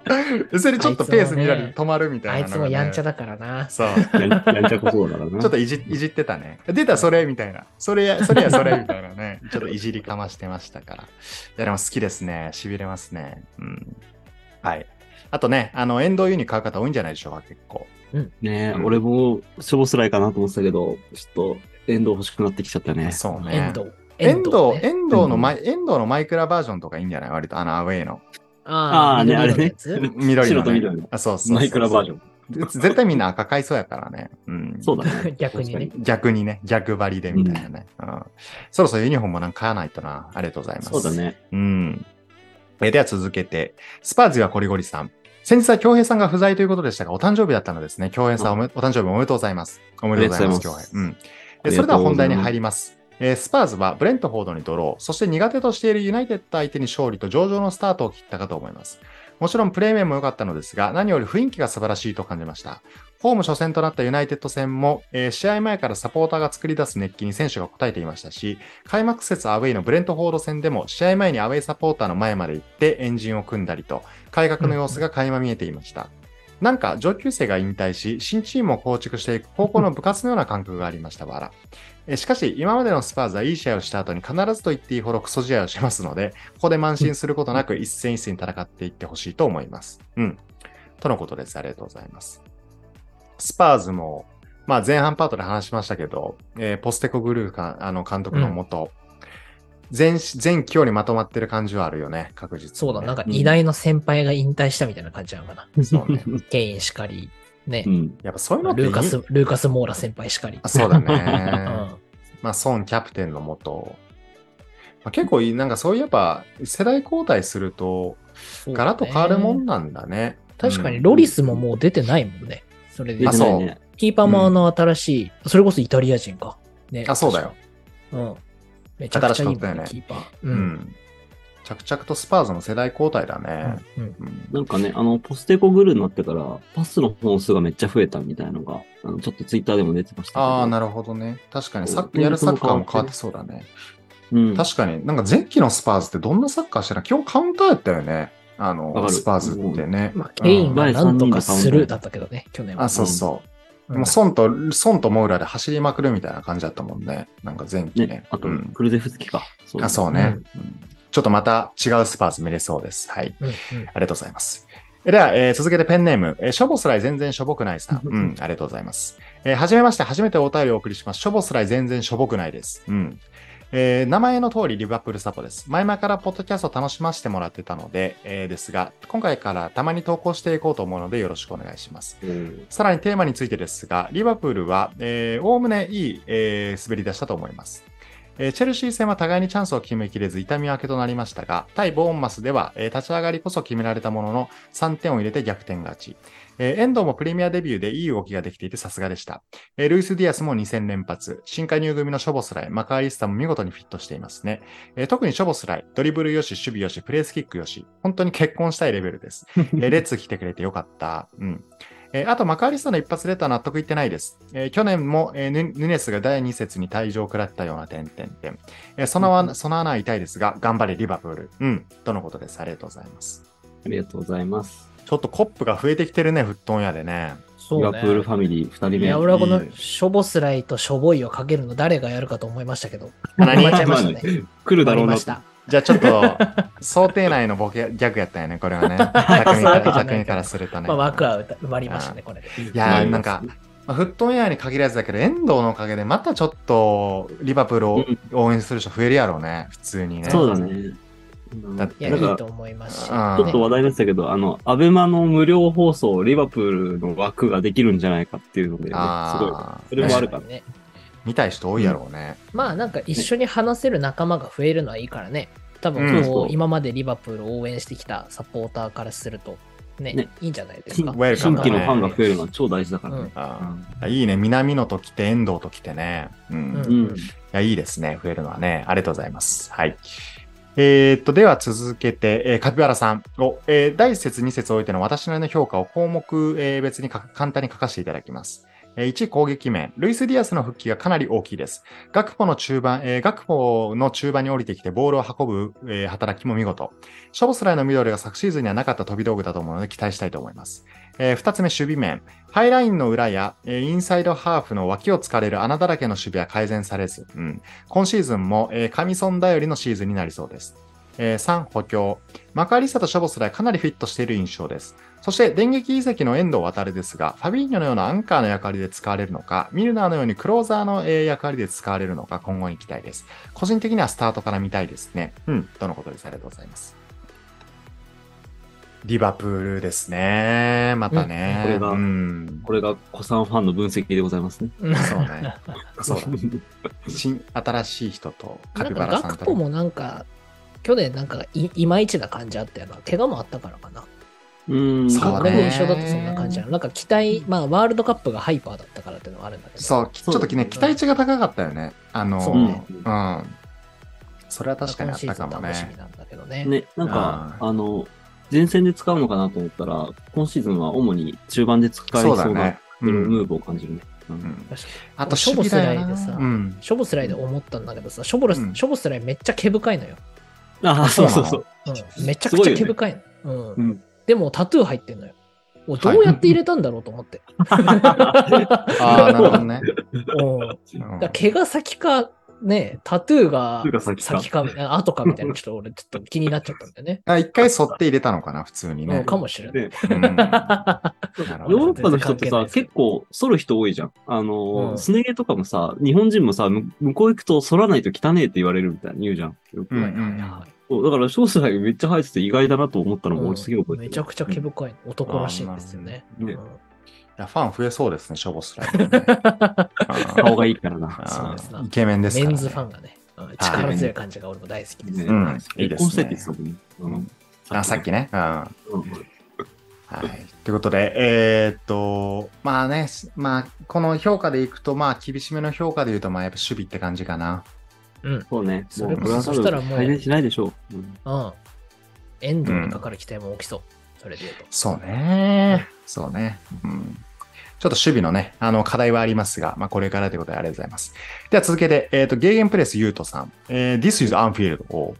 う。それちょっとペース見られて止まるみたあいいなつのがもね、やんちゃだからな。そう。やんやんちゃこそうだからな。ちょっといじいじってたね。出たそれみたいな。それや、それやそれみたいなね。 ちょっといじりかましてましたから。いや、でも好きですね。痺れますね。うん。はい。あとね、あの、エンドユニ買う方多いんじゃないでしょうか、結構。ねえ、俺も、しょぼすらいかなと思ってたけど、ちょっと、遠藤欲しくなってきちゃったね。そうね。遠藤。遠藤。遠藤、ねのマイ、遠藤のマイクラバージョンとかいいんじゃない割と、あの、アウェイの。ああ、あーねあれね緑のやつ。緑の、ね。白と緑のあ、そうそうそうマイクラバージョン。絶対みんな赤買いそうやからね。うん。そうだ ね逆にね逆にね、逆張りでみたいなね。うん。そろそろユニフォームもなんか買わないとな。ありがとうございます。そうだね。うん。えーでは続けて、スパーズはコリゴリさん。先日は京平さんが不在ということでしたが、お誕生日だったのですね。京平さんおめ、お誕生日おめでとうございます。おめでとうございます、あ京りがとうございま平す。うん。あえそれりがとうございますでは本題に入ります。えースパーズはブレントフォードにドロー、そして苦手としているユナイテッド相手に勝利と上々のスタートを切ったかと思います。もちろんプレー面も良かったのですが、何より雰囲気が素晴らしいと感じました。ホーム初戦となったユナイテッド戦も、えー試合前からサポーターが作り出す熱気に選手が応えていましたし、開幕節アウェイのブレントフォード戦でも、試合前にアウェイサポーターの前まで行ってエンジンを組んだりと、改革の様子が垣間見えていました。なんか上級生が引退し、新チームを構築していく高校の部活のような感覚がありました、わら。えしかし、今までのスパーズはいい試合をした後に必ずと言っていいほどクソ試合をしますので、ここで慢心することなく一戦一戦戦っていってほしいと思います。うん。とのことです。ありがとうございます。スパーズも、まあ前半パートで話しましたけど、えーポステコグルーかあの監督のもと、全し全教にまとまってる感じはあるよね、確実に、そうだ、なんか偉大な先輩が引退したみたいな感じなのかな。そう ね。ケインしかり、ね う、ん。やっぱそういうのっていいルーカス、ルーカス・モーラ先輩しかりあ。そうだ うね。ん。まあ、孫キャプテンのもと、まあ、結構いい、なんかそういえば、世代交代すると、そうだガねラッと変わるもんなんだね。確かにうんロリスももう出てないもんね。それで出あてそうないね。キーパーもあの新しい、それこそイタリア人か。ね、あ、そうだよ。。うん。めちゃくちゃいいもん新しかったよねキーパー。う。うんん。着々とスパーズの世代交代だね。うんうんなんかね、あの、ポステコグルーになってから、パスの本数がめっちゃ増えたみたいなのが、あのちょっとツイッターでも出てましたけど。ああ、なるほどね。確かにサッうカー、んやるサッカーも変わってそうだね。うん。確かに、なんか前期のスパーズってどんなサッカーしてた今日カウンターやったよね。あわの、かるスパーズってね。まあ、ケインうんがなんとかするだったけどね、去年は。あ、そうそう。うんもう孫と、孫とモウラで走りまくるみたいな感じだったもんね。なんか前期ね。ね、あと、うんクルゼフスキか。そあ、そうね、うんちょっとまた違うスパーズ見れそうです。はい。うんうんありがとうございます。えでは、えー続けてペンネーム、えーショボスライ全然しょぼくないさん。うん、ありがとうございます。えーはじめまして、初めてお便りをお送りします。ショボスライ全然しょぼくないです。うん。えー名前の通りリバプールサポです。前々からポッドキャストを楽しませてもらってたので、えーですが、今回からたまに投稿していこうと思うのでよろしくお願いします。うん。さらにテーマについてですが、リバプールは、えー、おおむねいい、えー滑り出したと思います。えーチェルシー戦は互いにチャンスを決めきれず痛み分けとなりましたが、対ボーンマスでは、えー立ち上がりこそ決められたものの3点を入れて逆転勝ち。えー遠藤もプレミアデビューでいい動きができていてさすがでした。えールイス・ディアスも2戦連発。新加入組のショボスライ、マカーリスタも見事にフィットしていますね。えー特にショボスライ、ドリブルよし、守備よし、プレースキックよし、本当に結婚したいレベルです。えーレッツ来てくれてよかった。うん。えーあと、マカーリスタの一発レター納得いってないです。えー去年も、えーヌヌネスが第2節に退場を食らったような点点点。えーその穴その穴は痛いですが、頑張れ、リバプール。うん、とのことです。ありがとうございます。ありがとうございます。ちょっとコップが増えてきてるね、フットン屋で ね。そリうバプールねフ。ァミリー2人目。いや、俺はこのいいねショボスライとショボイをかけるの誰がやるかと思いましたけど。何困っちゃいましたね。来る困だろりうまなし。た。じゃあちょっと、想定内のボケ、ギャグやったよね、これは ね。匠そういかうことじらゃない匠からするとね。まあ、枠は埋まりましたね、これで。いやうー、なんか、、まあ、フットン屋に限らずだけど、遠藤のおかげで、またちょっと、リバプールを応援する人増えるやろうね、普通にね。そうだね。うんだっていや、なんかいいと思いますし。うんちょっと話題になってたけど、あの、アベマの無料放送、リバプールの枠ができるんじゃないかっていうので、ね、すごい。あーそれもあるからね。見たい人多いやろうね。まあなんか一緒に話せる仲間が増えるのはいいからね。多う分んこう、そう今までリバプールを応援してきたサポーターからするとね、ねいいんじゃないです新か。ウェルカ新ムだね規のファンが増えるのは超大事だからね。あーいいね、南野と来て、遠藤と来てね。うん。うんいうん。や、いいですね、増えるのはね。ありがとうございます。はい。えーっと、では続けて、えーカピバラさんを、えー第1節、2節を置いての私なりの評価を項目、えー別にか簡単に書かせていただきます。えー1、攻撃面。ルイス・ディアスの復帰がかなり大きいです。ガクポの中盤、えーガクポの中盤に降りてきてボールを運ぶ、えー働きも見事。ショボスライの緑が昨シーズンにはなかった飛び道具だと思うので期待したいと思います。え2つ目、守備面。ハイラインの裏や、えーインサイドハーフの脇を突かれる穴だらけの守備は改善されず、うん、今シーズンも、えー、カミソン頼りのシーズンになりそうです。え3、補強。マカリサとショボスライかなりフィットしている印象です。そして、電撃移籍の遠藤渡ですが、ファビーニョのようなアンカーの役割で使われるのか、ミルナーのようにクローザーのえー役割で使われるのか、今後に期待です。個人的にはスタートから見たいですね。うん、とのことです。ありがとうございます。リバプールですね。またね。うんこれがうんこれが子さんファンの分析でございますね。うんそうね。そうだ。う新、新しい人とカなピんバかラガさんクとポね。もなんか去年なんかいいまいちな感じあったよな。怪我もあったからかな。ん。そうねこれも一緒だとそんな感じなの。なんか期待、まあワールドカップがハイパーだったからっていうのはあるんだけど。そう、きちょっとね、期待値が高かったよね。あの、そううんね。それは確かにあったかも今シねーズン楽しみ。なんだけどね。ね、なんか、あの、前線で使うのかなと思ったら、今シーズンは主に中盤で使いそうだなね。うムん。ーブを感じるね。うんうん確かにあと、ショボ守備スラだイよでさな。うん。ショボスライで思ったんだけどさ、ショボラス、うんショボスライめっちゃ毛深いのよ。ああ、そそなううのそうそう。うん、めちゃくちゃ毛深いの。ううんんでもタトゥー入ってんのよ。もうどうやって入れたんだろうと思って。 ああ、なるほど ね。 うんうんだから毛が先か、ね、タトゥーがタトゥーが先か先か、あ後かみたいな、ちょっと俺、ちょっと気になっちゃったんだよね。あ一回剃って入れたのかな、普通にうねん、。かもしれない。で うんなるヨほーどロッパの人っ全然関てさ係ない、結構、剃る人多いじゃん。あのー、うんすね毛とかもさ、日本人もさ、む向こう行くと剃らないと汚えって言われるみたいに言うじゃん。よくうんそうだから、ショースライめっちゃ生えてて意外だなと思ったのもうん俺すげえ覚えてる。めちゃくちゃ毛深いの男らしいんですよね。うんねうんいやファン増えそうですね、ショボスライド ね。顔顔がいいからな。そうですなイケメンですメから、ね。ンズファンがね、うん力強い感じが俺も大好きです。ねうんいいですね結婚したいって言ってたもんね。うんあ、さっきね。うん。はうんい。ということで、えーっと、まあね、まあ、この評価でいくと、まあ、厳しめの評価で言うと、まあ、やっぱ守備って感じかな。そうね。それこそもうそしたらもう改善しないでしょう。うんうん。遠藤にかかる期待も大きそう。それで言うと。そうね。そうね。うん。ちょっと守備のね、あの、課題はありますが、まあ、これからということでありがとうございます。では続けて、えっ、と、ゲーゲンプレスユートさん。えー This is Unfield を。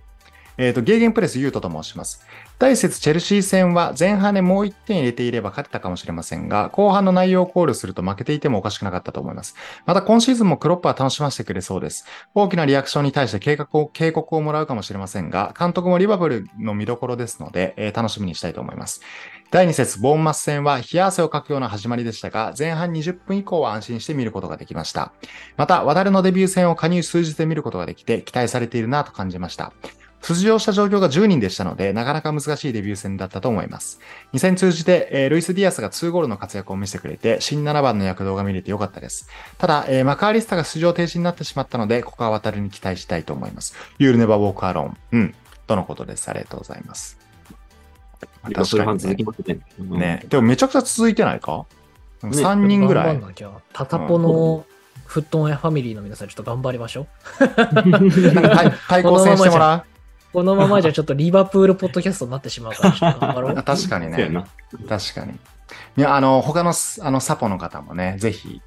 えっ、と、ゲーゲンプレスユートと申します。第節チェルシー戦は前半でもう1点入れていれば勝てたかもしれませんが、後半の内容を考慮すると負けていてもおかしくなかったと思います。また今シーズンもクロップは楽しませてくれそうです。大きなリアクションに対して警告を警告をもらうかもしれませんが、監督もリバブルの見どころですので、えー楽しみにしたいと思います。第2節、ボーンマス戦は冷や汗をかくような始まりでしたが、前半20分以降は安心して見ることができました。また、渡るのデビュー戦を加入数日で見ることができて、期待されているなと感じました。出場した状況が10人でしたので、なかなか難しいデビュー戦だったと思います。2戦通じて、えールイス・ディアスが2ゴールの活躍を見せてくれて、新7番の躍動が見れてよかったです。ただ、えーマカーリスタが出場停止になってしまったので、ここは渡るに期待したいと思います。You'll never walk alone. うん。とのことです。ありがとうございます。まあリバプルファン確かにね続きますね。うん ね、でもめちゃくちゃ続いてないか、ね ?3 人ぐら頑い張ん。なきゃ。タタポのフットオンエアファミリーの皆さん、ちょっと頑張りましょう。なんか対対抗戦しても らこのままじゃちょっとリバプールポッドキャストになってしまうから、ちょっと頑張ろ うう。確かにそうね。やな。確かに。いや、あの、他のすあのサポの方もね、ぜひ、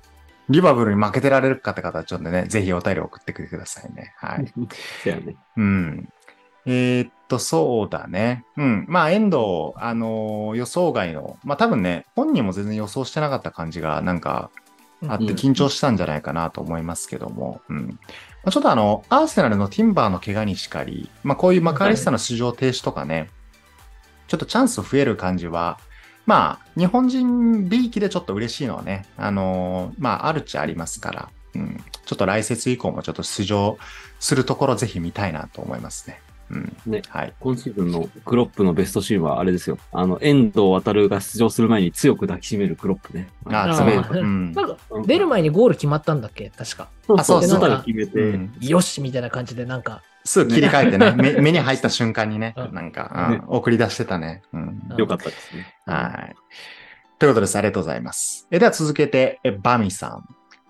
リバブルに負けてられるかって方はちょっとね、ぜひお便り送ってくれてくださいね。はい。そうやね。うん。えーっと、そうだね。うん。まあ、遠藤、あの予想外の、まあ多分ね、本人も全然予想してなかった感じが、なんか、あってうん緊張したんじゃないかなと思いますけども、うんまあ、ちょっとあの、アーセナルのティンバーの怪我にしかり、まあ、こういうマカリスタの出場停止とかね、ちょっとチャンス増える感じは、まあ、日本人 B 期でちょっと嬉しいのはね、あのーまあ、あるっちゃありますから、うん、ちょっと来節以降もちょっと出場するところぜひ見たいなと思いますね。うん。ねはい。今シーズンのクロップのベストシーンはあれですよ。あの、遠藤航が出場する前に強く抱きしめるクロップね。あ、ーつ爪めあるー。うん。なんか、出る前にゴール決まったんだっけ確か。そうあそうそうそが決めて、うんよしみたいな感じで、なんか、すぐ切り替えて ね、目目に入った瞬間にね、うんなんか、うん送り出してたね。うん。うんよかったですね。はい。ということです。ありがとうございます。えでは続けて、えバミさん。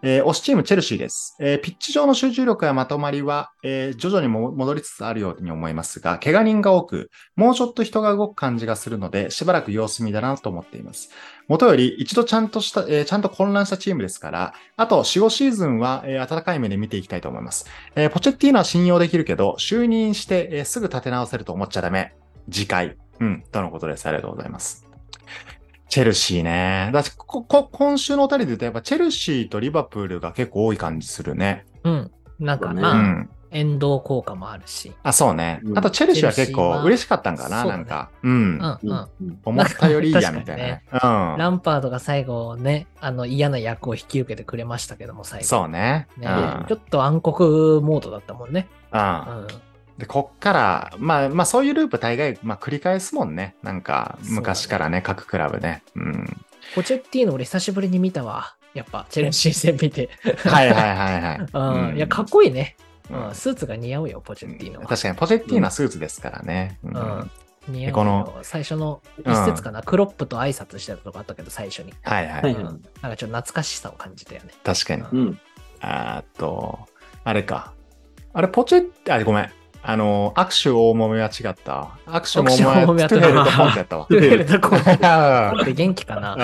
えー推しチームチェルシーです。えーピッチ上の集中力やまとまりは、えー徐々にも戻りつつあるように思いますが、怪我人が多く、もうちょっと人が動く感じがするので、しばらく様子見だなと思っています。もとより、一度ちゃんとした、えーちゃんと混乱したチームですから、あと4、5シーズンは、えー温かい目で見ていきたいと思います。えーポチェッティーノは信用できるけど、就任して、えーすぐ立て直せると思っちゃダメ。次回。うん、とのことです。ありがとうございます。チェルシーね。だし、こ、こ、今週のおたりで言うと、やっぱチェルシーとリバプールが結構多い感じするね。うん。なんか、そうねうまあ、ん。遠藤効果もあるし。あ、そうねう。んあと、チェルシーは結チェルシー構は嬉しかったんかな、そうなだねんか。うん。うんうん。うん思ったよりいいや、なんみかたいなねね。うん。ランパードが最後ね、あの嫌な役を引き受けてくれましたけども、最後。そうね。うねんちょっと暗黒モードだったもんね。うんう。ん。で、こっから、まあ、まあ、そういうループ大概、まあ、繰り返すもんね。なんか、そうだね昔からね、各クラブね。 うん。ポチェッティーノ俺久しぶりに見たわ。やっぱ、チェルシー戦見て。はいはいはいはい。 うん。うんいや、かっこいいね。うん。うスーツが似合うよ、ポチェッティーノんは。確かに、ポジェッティーナスーツですからね。ううんん。似合うよこの最初の一節かな、クロップと挨拶してるとこあったけど、最初に。はいははいううんん。なんかちょっと懐かしさを感じたよ ね。確かに。うん。あーっと、あれか。あれ、ポチェッ、あれ、ごめん。あの、握手大揉めは違った。握手握手大揉め揉はめはトゥネルとコンテやったわ。トゥネル とコンテあコンテ元気かな。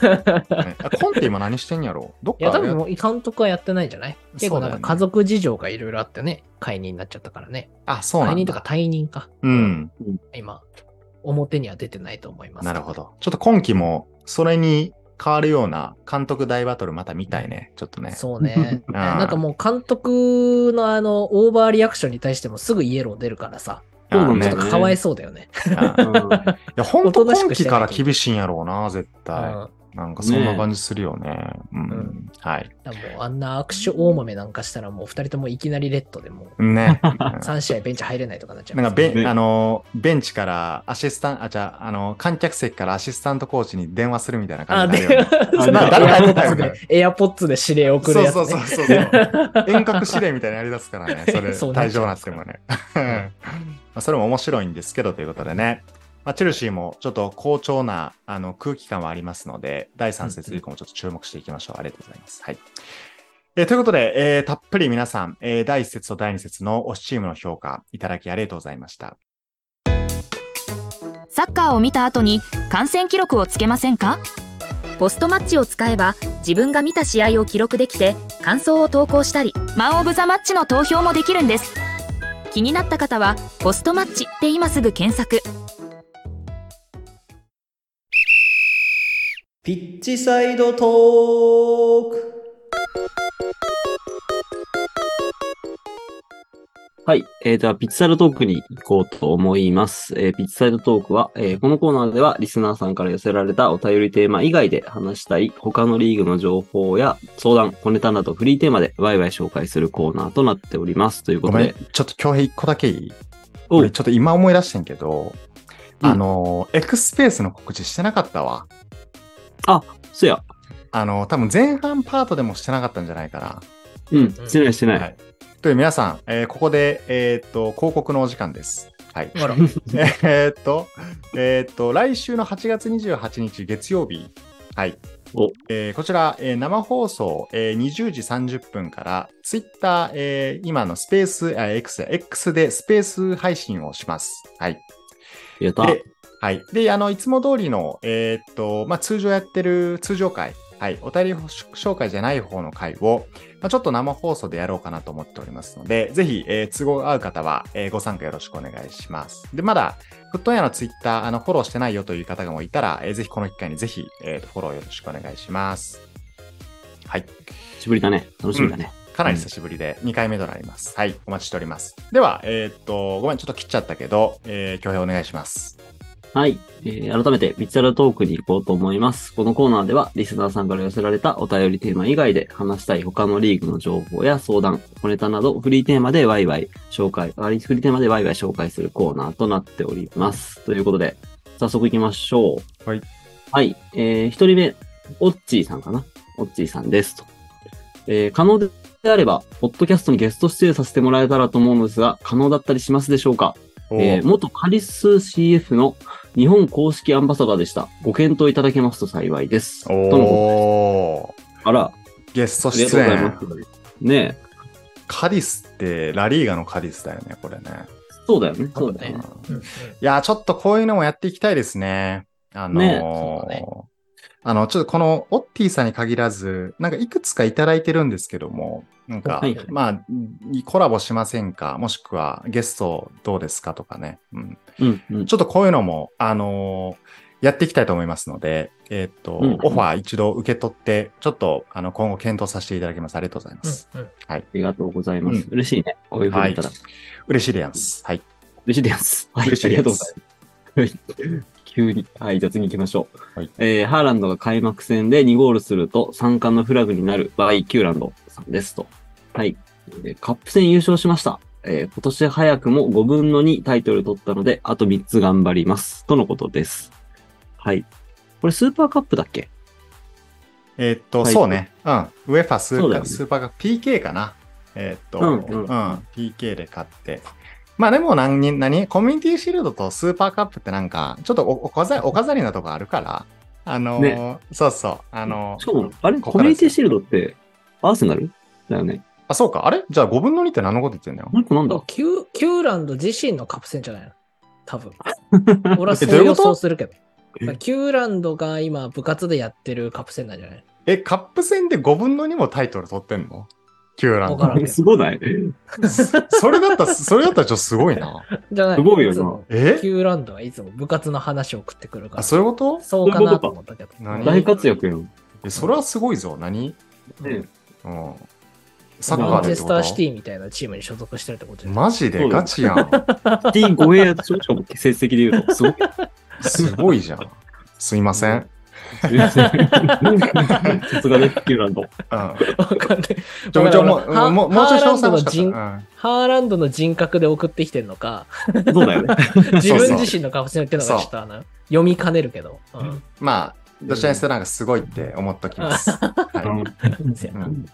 あねあコンテ今何してんやろどっかいや、多分もう監督はやってないんじゃない結構なんそうかだよね家族事情がいろいろあってね、解任になっちゃったからね。あ、そうな解ん任とかだ。退任か。うん。今、表には出てないと思います。なるほど。ちょっと今期も、それに変わるような監督大バトルまた見たいね。ちょっとね。。そうね うんなんかもう監督のあの、オーバーリアクションに対してもすぐイエロー出るからさ、あーそちうなょっとんだよねかわいそうだよね。うんいや、本当今期から厳しいんやろうな、絶う対。んなんかそんな感じするよね。うんんはい。だからもうあんな握手大豆なんかしたらもう二人ともいきなりレッドでもうね。 3試合ベンチ入れないとかなっちゃいなんまかすベねン、あの、ベンチからアシスタント、あ、じゃあ、あの、観客席からアシスタントコーチに電話するみたいなあ、感じになるよでね、あな誰がやってたよね。エアポッツで指令送るやつ、ね。そうそうそう そう。遠隔指令みたいなのやりだすからね、それ、そうなっ退ちゃ場うなってもね。 まあそれも面白いんですけどということでね。まあ、チェルシーもちょっと好調なあの空気感はありますので、第3節以降もちょっと注目していきましょう。ありがとうございます。はい。えーということで、えーたっぷり皆さん、えー第1節と第2節の推しチームの評価いただきありがとうございました。サッカーを見た後に観戦記録をつけませんかポストマッチを使えば自分が見た試合を記録できて感想を投稿したりマン・オブ・ザ・マッチの投票もできるんです気になった方は「ポストマッチ」で今すぐ検索ピッチサイドトークはい。えー、では、ピッチサイドトークに行こうと思います。えーピッチサイドトークは、えーこのコーナーでは、リスナーさんから寄せられたお便りテーマ以外で話したい、他のリーグの情報や相談、小ネタなどフリーテーマでワイワイ紹介するコーナーとなっております。というこごとめでん、、ちょっと恭平1個だけいいお俺ちょっと今思い出してんけど、うんあのー、X スペースの告知してなかったわ。そや、あの、多分前半パートでもしてなかったんじゃないかうん、してないしてなな。い。はい。という皆さん、えーここで、えーっと、広告のお時間です。はい。ほ らえーっと、えーっと、来週の8月28日月曜日。はい。おえーこちら、えー生放送、えー20時30分から、ツイッター、えー今のスペース、あ X、X でスペース配信をします。はい。やった。で、はい。で、あの、いつも通りの、えーっと、まあ、通常やってる通常回、はい。お便り紹介じゃない方の回を、まあ、ちょっと生放送でやろうかなと思っておりますので、ぜひ、えー都合が合う方は、えーご参加よろしくお願いします。で、まだ、フットンヤのツイッター、あの、フォローしてないよという方がもいたら、えーぜひこの機会にぜひ、えーとフォローよろしくお願いします。はい。久しぶりだね。楽しみだね。かなり久しぶりで2回目となります。はい。お待ちしております。では、えーっと、ごめん、ちょっと切っちゃったけど、えー、挙お願いします。はい。えー改めて、ビッチャルトークに行こうと思います。このコーナーでは、リスナーさんから寄せられたお便りテーマ以外で話したい他のリーグの情報や相談、小ネタなど、フリーテーマでワイワイ紹介、あフリーテーマでワイワイ紹介するコーナーとなっております。ということで、早速行きましょう。はい。はい。えー、一人目、オッチーさんかなオッチーさんですと。えー可能であれば、ポッドキャストにゲスト出演させてもらえたらと思うのですが、可能だったりしますでしょうかえー元カリス CF の日本公式アンバサダーでした。ご検討いただけますと幸いです。とのおこーとあら、ゲストありが出とうござい演ます。ねえ、カディスってラリーガのカディスだよねこれねそうだよね。そうだうよんね。うんうんいやちょっとこういうのもやっていきたいですねあのーねそうだねあのちょっとこのオッティさんに限らずなんかいくつかいただいてるんですけどもなんか、はいまあコラボしませんかもしくはゲストどうですかとかね、うん、うん、うん。ちょっとこういうのも、あのーやっていきたいと思いますので、えーっと、うんオファー一度受け取って、ちょっと、あの、今後検討させていただきます。ありがとうございます。うんうんありがとうございます。うん嬉しいね。こういうふうに言ったら。嬉しいでやんす。はい。嬉しいです。はい、嬉しあいですりがとうございます。はい 急に。はい、じゃあ次行きましょう。はいえーハーランドが開幕戦で2ゴールすると3冠のフラグになるバイ・キューランドさんですと。はい。えーカップ戦優勝しました。えー今年早くも5分の2タイトル取ったので、あと3つ頑張ります。とのことです。はい。これスーパーカップだっけえーっと、はいそうね。うん。ウェファスそーうだパよー、ねスーパーが PK かな。えーっと、ううんんうん PK で勝って。まあでも何人、何コミュニティシールドとスーパーカップってなんか、ちょっとおお飾りお飾りなとこあるから、あのーそうそう、あのーしかも、あれここコかミらュでニすティシールドってアーセナルだよね。あ、そうか。あれじゃあ5分の2って何のこと言ってんだよ。もう一個なんだキューキューランド自身のカップ戦じゃないの多分。俺はそえどういうう予こと想するけどえ。キューランドが今部活でやってるカップ戦なんじゃないえ、カップ戦で5分の2もタイトル取ってんのキューランわからド。ん すごないそれだったら、それだったらちょっとすごい な。じゃないすごいよなつもえキューランドはいつも部活の話を送ってくるかあ、ら。そういうことそうかなと思ったけど。そういうことか大活躍よ。え、それはすごいぞ。何 ねうん。サッマカンーチでェってスこタとーシティみたいなチームに所属してるってことじゃないマジでガチやん。 T5 やでしょしかも成績で言うと。すごい。すごいじゃん。すいません。 うん。さすがです、キューランド。わかんない。ちょ、ちょ、もう、ハうんもう、もうちょいハ詳ーランド細欲のしかった人うんハーランドの人格で送ってきてるのか、そうだよね。自分自身のカップ戦っていうのがちょっとあの読みかねるけど。うんまあ、どちらにせよなんかすごいって思っときます。はせやい。うなん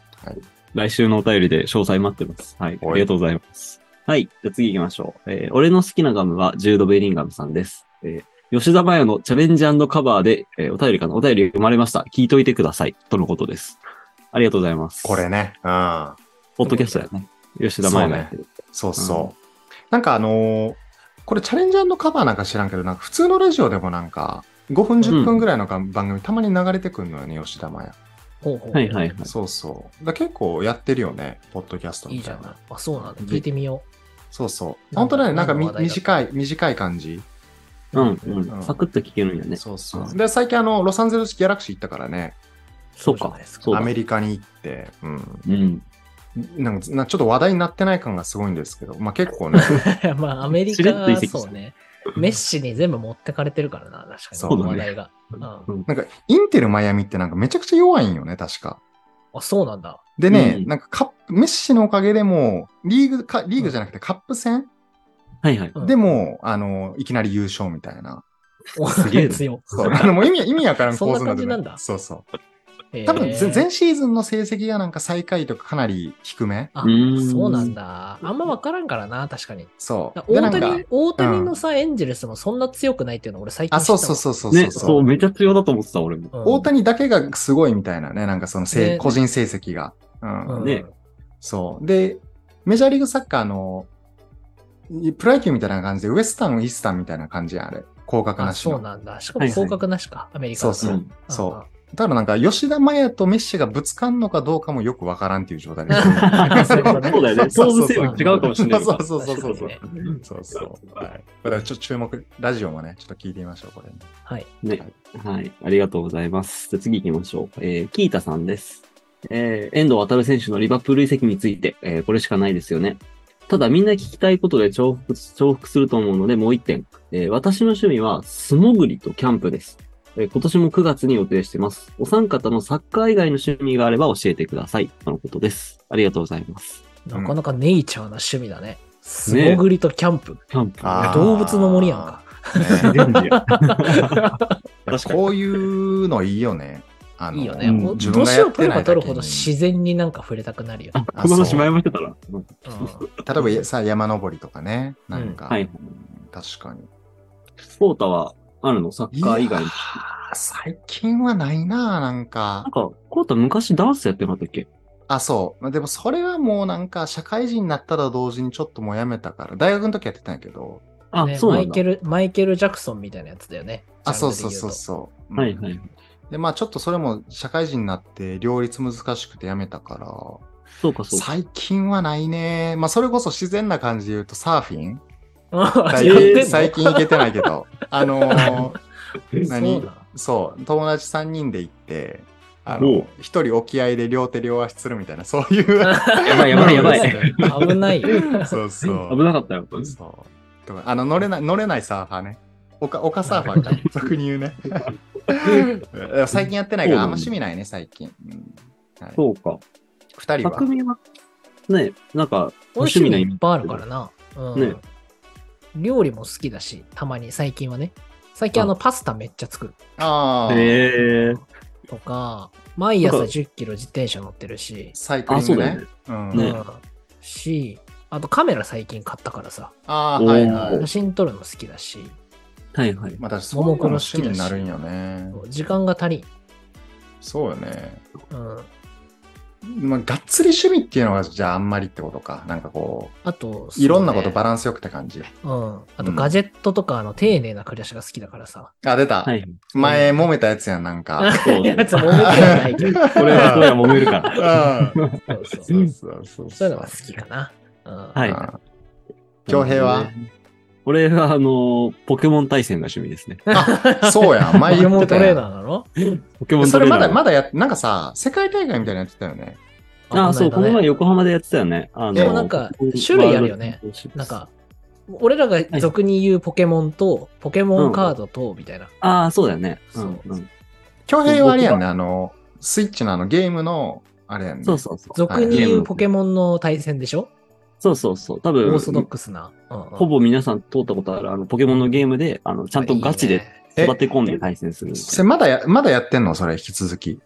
来週のお便りで詳細待ってます。はい。はいありがとうございます。はい。じゃあ次行きましょう。えー俺の好きなガムはジュード・ベリンガムさんです。えー吉田麻也のチャレンジカバーで、えーお便りかなお便り読まれました。聞いといてください。とのことです。ありがとうございます。こ。れね。うん。ポッドキャストやね。吉田麻也がやってる。そうそう。なんかあのーこれチャレンジャーカバーなんか知らんけど、なんか普通のラジオでもなんか、5分10分ぐらいのが番組たまに流れてくるのよね、吉田麻也。ほうほうはいはいはい。そうそう。だから結構やってるよね、ポッドキャストいみいじたゃいな。ない。あ、そうなんだ。聞いてみよそうそう。なん本か当だね、なんかみ何の話題だ短い、短い感じ。うん、ううんん。サクッと聞けるんやね。そうそうう。んで、最近あの、ロサンゼルスギャラクシー行ったからね、う。そうじゃかない。ですそうアだメリカに行って、うん。うん。なんか、なちょっと話題になってない感がすごいんですけど、まあ結構ね、 まあ、アメリしカれっと移は籍したそうね。メッシに全部持ってかれてるからな、確かに。そうだね話題が。うんなんか、インテルマイアミってなんかめちゃくちゃ弱いんよね、確か。あ、そうなんだ。でね、うんなんかカップ、メッシのおかげでも、リーグか、リーグじゃなくてカップ戦、はいはい。うん でも、あの、いきなり優勝みたいな。おすげえな強。そう。あの、もう意味、意味わからん構図なんで、ね。そんな感じなんだそうそう。えー多分、ぜ前シーズンの成績がなんか最下位とかかなり低め。あうーんそうなんだ。あんま分からんからな、確かに。そだう。で、大なんか谷、、大谷のさ、エンジェルスもそんな強くないっていうの俺最近あ、知ったそうわそうそうそうそう。ね、そう、めちゃ強要だと思ってた、俺も。うん大谷だけがすごいみたいなね、なんかそのせい、ね個人成績が。うん。うんねそう。で、メジャーリーグサッカーの、いプロ野球みたいな感じで、ウエスタン、イースタンみたいな感じやん、あれ。広角あ、なしそうの。なんだ。しかも広角なしか、アメリカだとそううんそあう。ただなんか、吉田麻也とメッシがぶつかんのかどうかもよくわからんっていう状 態です。あそうだよね。勝負成分違うかもしれない。そうそうそうそうそう。確そうそう。はい。だからちょっと注目、ラジオもね、ちょっと聞いてみましょう、これ、ね。はい。ね。はい。ありがとうございます。じゃあ次行きましょう。えー、キータさんです。えー、遠藤航選手のリバプール移籍について、えー、これしかないですよね。ただみんな聞きたいことで重複、重複すると思うので、もう一点。えー、私の趣味は素潜りとキャンプです。えー、今年も9月に予定してます。お三方のサッカー以外の趣味があれば教えてください。とのことです。ありがとうございます。なかなかネイチャーな趣味だね。素潜りとキャンプ。キャンプ。あー動物の森やんか。ね レン ジやいやこういうのいいよね。あのいいよね。うんもう自分が年やをっ取てれなばいだ取けるほどに自然になんか触れたくなるよね。この話前もしてたら。うん例えばさ、山登りとかね。なんか、はい。確かに。ポータはあるのサッカー以外いにや。ー最近はないな、なんかなん。か、コータ昔ダンスやってなかったっけあ、そう。まあでもそれはもうなんか、社会人になったら同時にちょっともうやめたから、大学の時やってたんやけど、あ、ねそうマなイんケだ。ル、マイケル・ジャクソンみたいなやつだよね。あ、ジャそンうルでそ言うそうとそう。うんはいはい。で、まあちょっとそれも社会人になって両立難しくてやめたか、そうからそうか。最近はないね。まあそれこそ自然な感じで言うとサーフィンあ最やってんの近最近行けてないけ ど、あのー、そう何だそう、友達3人で行って、あおのう、一人沖合で両手両足するみたいな、そういう。やばいやばいやばい。危 ないよ。そうそう。危なかったよ。そう。とかあの、乗れない、乗れないサーファーね。おか、おかサーファー か。俗に言うね。うん最近やってないから、あんま趣味ないね、最近。うんはいそうか。二人は。匠は、ね、なんか、俺趣趣味の味意い味っぱいあるからな。うんね料理も好きだし、たまに最近はね。最近あのパスタめっちゃ作るああ、へー。とか、毎朝なんか10キロ自転車乗ってるし、サイクリあ、ンそグうだねよね。。うんねうんし、あとカメラ最近買ったからさ、ああ、はいはおい写。真撮るの好きだし、はいはい。また、そういうのが趣味になるんよね。時間が足りん。そうよね。うんまあ、がっつり趣味っていうのが、じゃああんまりってことか。なんかこあと、う、いろんなことバラランスよくって感じ。うん。あうと、んガジェットとか、あの、丁寧な暮らしが好きだからさ。あ、出た。はい。前、揉めたやつやん、なんか。そうやね。つもめてはない けど。これは、これは揉めるから。 うんそうそそうそうそうう。そう。そういうのが好きかな。うん。はい。うん恭平は俺は、あの、ポケモン対戦が趣味ですね。あ、そうや ん。前ポケ言っモンてトたレやーんナーなのポケモンそトれレーまナーだ、まだやっなんかさ、世界大会みたいなのやってたよね。あ、そう、この前横浜でやってたよね。あでもの、なんか種類あるよね。なん、か、俺らが俗に言うポケモンと、ポケモンカードと、みたいな。ああ、そうだよね。うそうんうん恭平はあれやんね、あの、スイッチのあのゲームの、あれやんね。そうそうそう。俗に言うポケモンの対戦でしょそうそうそう。多オ分ー、ソドックスな。ほほぼ皆さん通ったことある、あの、ポケモンのゲームで、あの、ちゃんとガチで。え育て込んで対戦するみたいな。それまだや、まだやってんのそれ、引き続き。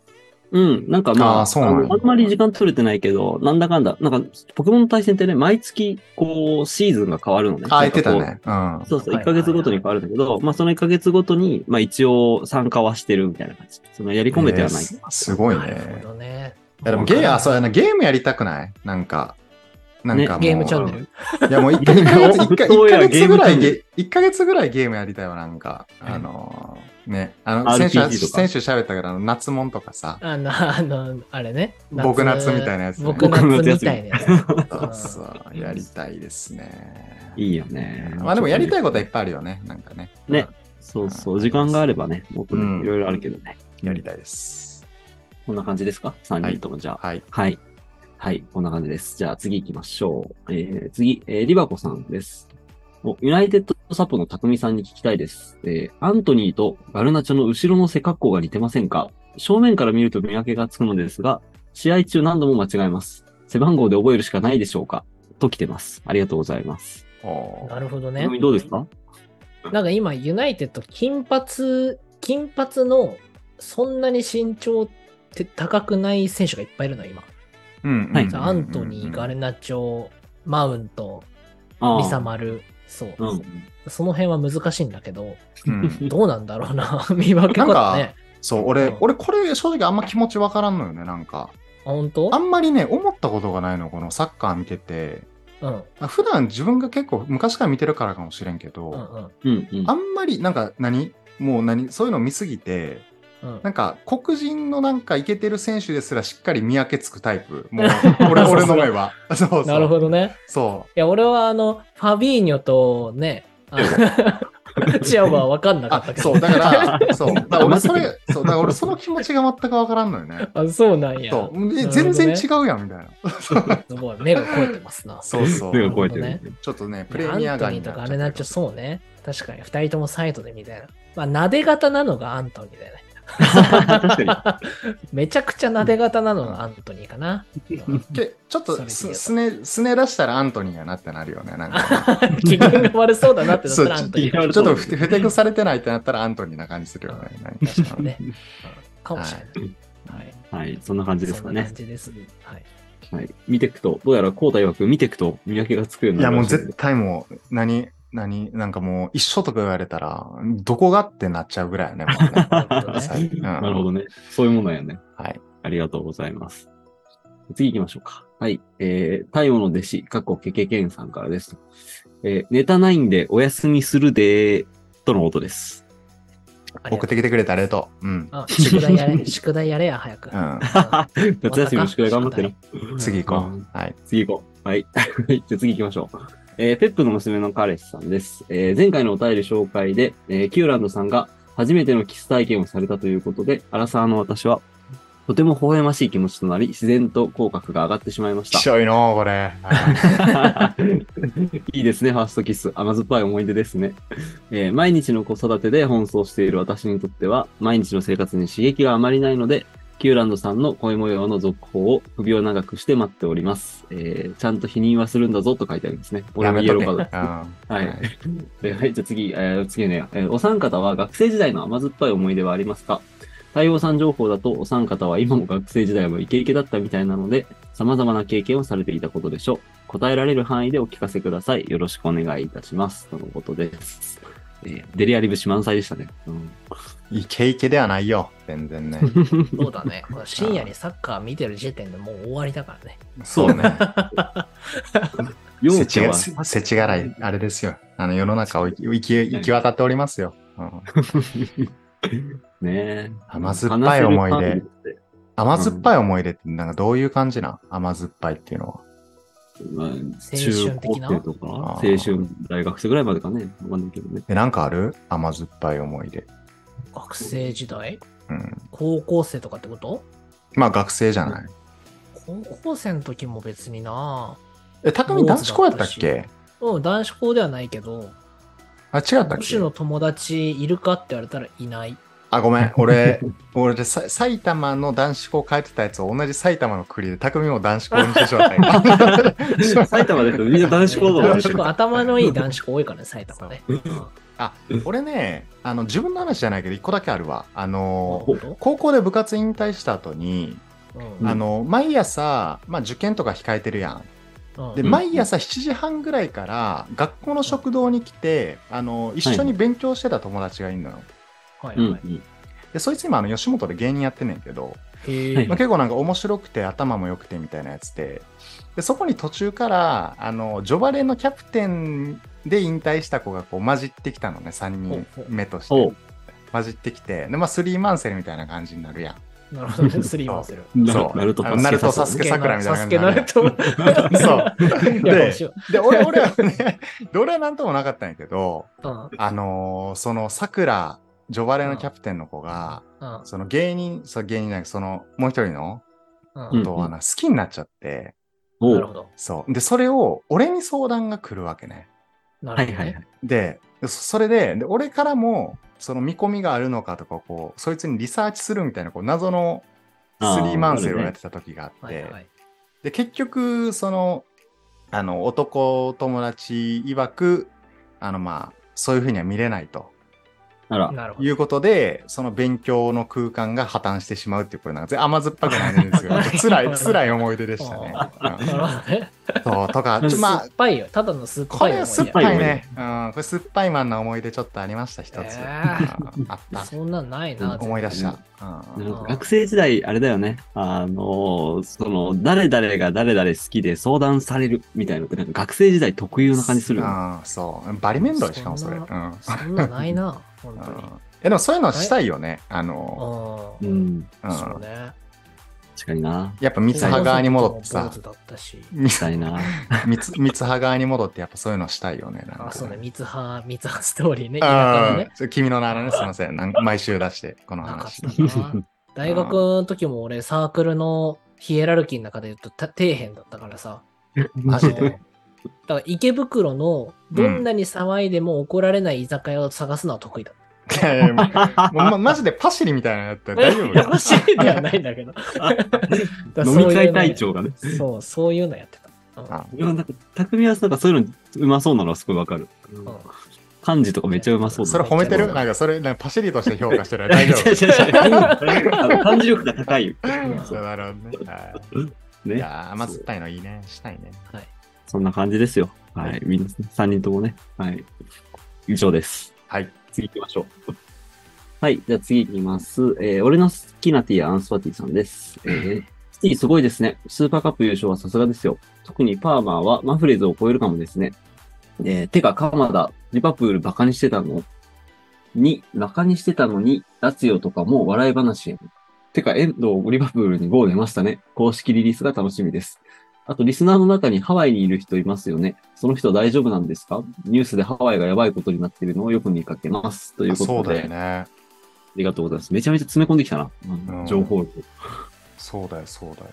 うん、なんかまあ、あーそうなんだのあんまり時間取れてないけど、なんだかんだ、なんか、ポケモンの対戦ってね、毎月、こう、シーズンが変わるのね。あ、言ってたなんかこね。うんう。。そうそう、はいはい1ヶはい月ごとに変わるんだけど、まあ、その1ヶ月ごとに、まあ、一応、参加はしてるみたいな感じ。その、やり込めてはない。えーすすごいなるほね。どね。いやでもゲーム、あ、そうやな、ゲームやりたくないなんか。なんかもう、ゲームチャンネルいやもう1ヶ月、一ヶそう一ヶや月ぐらいゲームチャンネゲ、一ヶ月ぐらいゲームやりたいわ、なんか。あのー、ね。あの、先 RPG 週、とか先週喋ったけど、あの、夏もんとかさ。あの、あの、あれね。僕夏みたいなやつね僕夏みたいなやつ。そうそう、やりたいですね。いいよね。まあでもやりたいことはいいっぱいあるよね、なんかね。ね。そうそう、時間があればね、もっとうんね、いろいろあるけどね。やりたいです。こんな感じですか ?3 人とも、じゃあ。はい。はい。はい、こんな感じです。じゃあ次行きましょう。えー、次、えーリバコさんです。おユナイテッドサポの匠さんに聞きたいです。えー、アントニーとガルナチョの後ろの背格好が似てませんか正面から見ると見分けがつくのですが、試合中何度も間違えます。背番号で覚えるしかないでしょうかと来てます。ありがとうございます。おーなるほどね。匠どうですかなんか今、ユナイテッド、金髪、金髪の、そんなに身長って高くない選手がいっぱいいるの、今。うんうんはいさアントニー、ガレルナチョ、マウント、あリサマル、そう、うん。その辺は難しいんだけど、うんどうなんだろうな、見分け方なんねか。そう、俺うん、俺これ正直あんま気持ちわからんのよね、なんか。あ、本当あんまりね、思ったことがないの、このサッカー見てて。うん、あ普段自分が結構昔から見てるからかもしれんけど、うん、うんうん、うんあ。んまりなんか何もう何そういうの見すぎて、うん。なんか黒人のなんかイケてる選手ですらしっかり見分けつくタイプ。 もう俺俺の目は。そうそう。なるほどね。そいや、俺はあの、ファビーニョとね、あ のチアゴは分かんなう。かったあ、けそど。う、だ から、そう、だから俺それ、そう、だから俺その気持ちが全くわからんのよね。あ、そうなんや。そう、えなるほど全ね然違うやんみたいな。すごい、目が超えてますな。そうそう。目が超えてる、なるほちょっとね、プいレやミアアントがニーとかアレナッチョ、う。そうね。確かに、二人ともサイドでみたいな。まあ、撫で型なのがアントニーだよね。 確か めちゃくちゃ撫で型なのがアントニーかな。うんけちょっそれとです言えばすね、すね出したらアントニーやなってなるよね。なんか、機嫌が悪 そうだなってなったらアそうントニーちょっとふてふてくされてないってなったらアントニーな感じするよね。なんか確かにね。うんかもしれない。はい。に。はい、そんな感じですそかんなね感。じです。はい。はい。見ていくと、どうやら、こうたいわく見ていくと見分けがつくようにいや、なるもうらしい絶対もう、何、何、なんかもう一緒とか言われたら、どこがってなっちゃうぐらいよね、もう ねはいうんなるほどね。そういうものやね。はい。ありがとうございます。次行きましょうか。はい。えー、太陽の弟子、かっこけけけんさんからです。えー、ネタないんでお休みするでー、とのことです。送ってきてくれてありがとう。うん。あ宿題やれ、 宿題やれや、早く。ううんん。夏休みの宿題頑張ってな。次行こう。うんはい。次行こう。はい。 じゃあ次行きましょう。えーペップの娘の彼氏さんです。えー前回のお便り紹介で、えーキューランドさんが初めてのキス体験をされたということで、アラサーの私は、とても微笑ましい気持ちとなり、自然と口角が上がってしまいましきた。しょいのう、これ。はい いですね、ファーストキス。甘酸っぱい思い出ですね。えー毎日の子育てで奔走している私にとっては、毎日の生活に刺激があまりないので、キューランドさんの恋模様の続報を首を長くして待っております。えーちゃんと否認はするんだぞと書いてありますね。 俺やもめイエとロけ。ー うカんードはい。えーはい、じゃあ次、えー次ね、えーお三方は学生時代の甘酸っぱい思い出はありますか太陽さん情報だと、お三方は今も学生時代もイケイケだったみたいなので、様々な経験をされていたことでしょう。答えられる範囲でお聞かせください。よろしくお願いいたします。とのことです。えーデリアリブシ満載でしたね。うん、イケイケではないよ。全然 ね。そうだね。これ深夜にサッカー見てる時点でもう終わりだからね。 そうね。 陽せちキャがは、せちがらい、あれですよ。あの世の中を生き生き生き渡っておりますよ。うんねえ甘酸っぱい思い出話せる限りって甘酸っぱい思い出って、なんかどういう感じなん甘酸っぱいっていうのは。まあ、春的な中高生とか、あ青春ー、大学生ぐらいまでかね。わかんないけどね。え、なんかある甘酸っぱい思い出。学生時代うん。高校生とかってことまあ学生じゃない。高校生の時も別になえ、匠男子校やったっけうん、男子校ではないけど、あ、違ったっ女け子の友達いるかって言われたらいない。あ、ごめ ん。俺、俺でさ埼玉の男子校帰ってたやつを同じ埼玉の国で、匠も男子校にしてしまった今。 埼玉だけどみんな男子高校だ男でし子校ょ。頭のいい男子校多いからね、埼玉ね。あ、俺ね、あの、自分の話じゃないけど、一個だけあるわ。あのほんと高校で部活引退した後に、うんあの毎朝、まあ、受験とか控えてるやん。うんで、うん毎朝7時半ぐらいから学校の食堂に来てあの一緒に勉強してた友達がいるのよ。はいうんうはい。ん。でそいつ今あの吉本で芸人やってんねんけど、へはえいまあ、結構なんか面白くて頭も良くてみたいなやつででそこに途中からあのジョバレのキャプテンで引退した子がこう混じってきたのね3人目としほてう。混じってきてで、まあ、スリーマンセルみたいな感じになるやん。なるほどね、スリーマンする。なそうナルトあのナルトササススケケ桜みたいなサ感スじケになるなやるんと。そう。いや面で白いで、俺、俺はね、 で俺はなんともなかったんやけど、うんうんあのーその、さくら、ジョバレのキャプテンの子が、うんその芸人、その芸人じゃなくその、もう一人の、ううんんと、あの、好きになっちゃって、おなうるほど。そう。で、それを、俺に相談が来るわけね。なはるいほどはいはね。い。で、そそれで、で俺からも、その見込みがあるのかとか、こう、そいつにリサーチするみたいな、こう、謎のあスーリーマンセルをやってた時があって、はいはい。で、結局、その、あの、男友達曰く、あの、まあ、そういうふうには見れないとあら、なるほいど。うことで、その勉強の空間が破綻してしまうっていう、これなんか全然甘酸っぱくないんですよ。辛い、辛い思い出でしたね。なるほどね。うんそう、とか、ちょま酸あっ、ぱいよ。ただの酸っこぱいれ思い出。酸っぱいね。うん、これ酸っぱいマンな思い出ちょっとありました、一つ。えうんーあった。そんなんないな。思い出した。うなんるほど学生時代、あれだよね。あの、その、誰々が誰々好きで相談されるみたいなのって、なんか学生時代特有な感じするよね。うん、そう。バリ面倒いしかもそれ。うそんん。そんなんないな、本当に。え、でもそういうのしたいよね。あの、ううん。ん。うんそうね。確かにな。やっぱ三葉側に戻ってさ坊、主だったし。三したいな。つ三葉側に戻ってやっぱそういうのしたいよね。なんかあ、そうね。三葉、三葉ストー リーね。田舎のあね。あ、君の名のね、すみません。なん毎週出して、このなかっ話。たな。大学の時も俺、サークルのヒエラルキーの中で言うとた底辺だったからさ。マジ あので。だから池袋のどんなに騒いでも怒られない居酒屋を探すのは得意だ。いやい やもうま、マジでパシリみたいなのやったら大丈夫いや、知りではないん だけど。飲み会隊隊長がね。そう、そういうのやってた。いや、なんか、匠はなんかそういうのうまそうなのはすごいわかる。ん漢字とかめっちゃうまそうだそなれ褒めてるそうなんかそれ、なんかパシリとして評価してる大丈 違う違う違うあ の漢字力が高い。夫。そうなるほどね。はいいね。やー、甘酸っぱいのいいね。したいね。そんな感じですよ。はい。みんな、3人ともね。はい。以上です。はい。次行きましょう。はい。じゃあ次行きます。えー俺の好きなティーはアンスパティさんです。え ー、ティーすごいですね。スーパーカップ優勝はさすがですよ。特にパーマーはマフレーズを超えるかもですね。えー、てか、鎌田、リバプールバカにしてたのに、バカにしてたのに、ラツィオとかもう笑い話やん。てか、遠藤、リバプールにゴー出ましたね。公式リリースが楽しみです。あと、リスナーの中にハワイにいる人いますよね。その人大丈夫なんですかニュースでハワイがやばいことになっているのをよく見かけます。というあことで。そうだよね。ありがとうございます。めちゃめちゃ詰め込んできたな。うん情報量。そうだよ、そうだよ。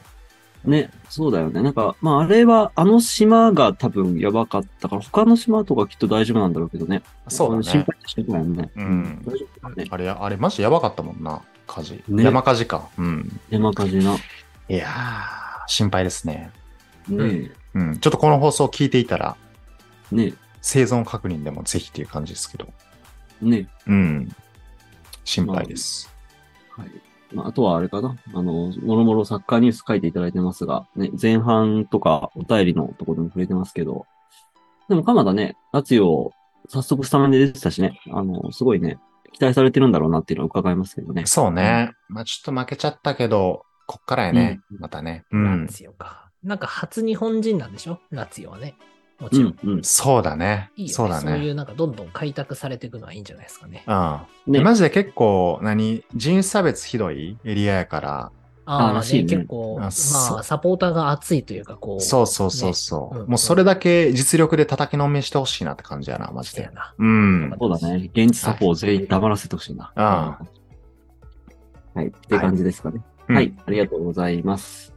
ね、そうだよね。なんか、まあ、あれは、あの島が多分やばかったから、他の島とかきっと大丈夫なんだろうけどね。そうだ心ね。配してないよね。うん大丈夫だね。あれ、あれ、マジやばかったもんな。火事。ね山火事か。うん。山火事な。ねいやー、心配ですね。え、うん。ちょっとこの放送聞いていたら、ね生存確認でもぜひっていう感じですけど。え、ねうん。心配です。え。はい。まあ、あとはあれかな。あの、もろもろサッカーニュース書いていただいてますが、ね、前半とかお便りのところでも触れてますけど、でも、鎌田ね、ラツィオ早速スタメンで出てたしね、あの、すごいね、期待されてるんだろうなっていうのは伺いますけどね。そうね。まあちょっと負けちゃったけど、こっからやね。またね。うラん。ツィオか。なんか初日本人なんでしょラツィオはね。もうちろん。ん、うん。そうだね。いいよね。そうだいうね。なんかどんどん開拓されていくのはいいんじゃないですかね。うん。ねマジで結構、何、人種差別ひどいエリアやから、ああ、らしいね結構、あまあ、そうサポーターが熱いというか、こう。そうそうそうそう。ねうんもうそれだけ実力で叩きのめしてほしいなって感じやな、マジそうでや。な。うん。そうだね。現地サポを全員黙らせてほしいな。あはい。って感じですかね。うんはい。ありがとうございます。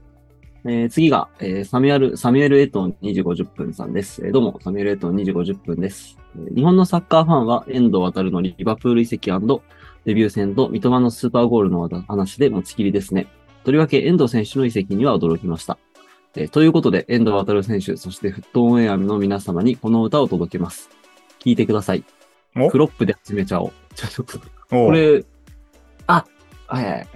えー次が、えーサミュエル、サミュエル・エトン2時50分さんです。えーどうも、サミュエル・エトン2時50分です。えー日本のサッカーファンは遠藤航のリバプール移籍デビュー戦と三笘のスーパーゴールの話で持ちきりですね。とりわけ遠藤選手の移籍には驚きました。えーということで、遠藤航選手、そしてフットオンエアの皆様にこの歌を届けます。聴いてください。おフロップで始めちゃおう。ちょっと、おうこれ、あ、はいはいはい。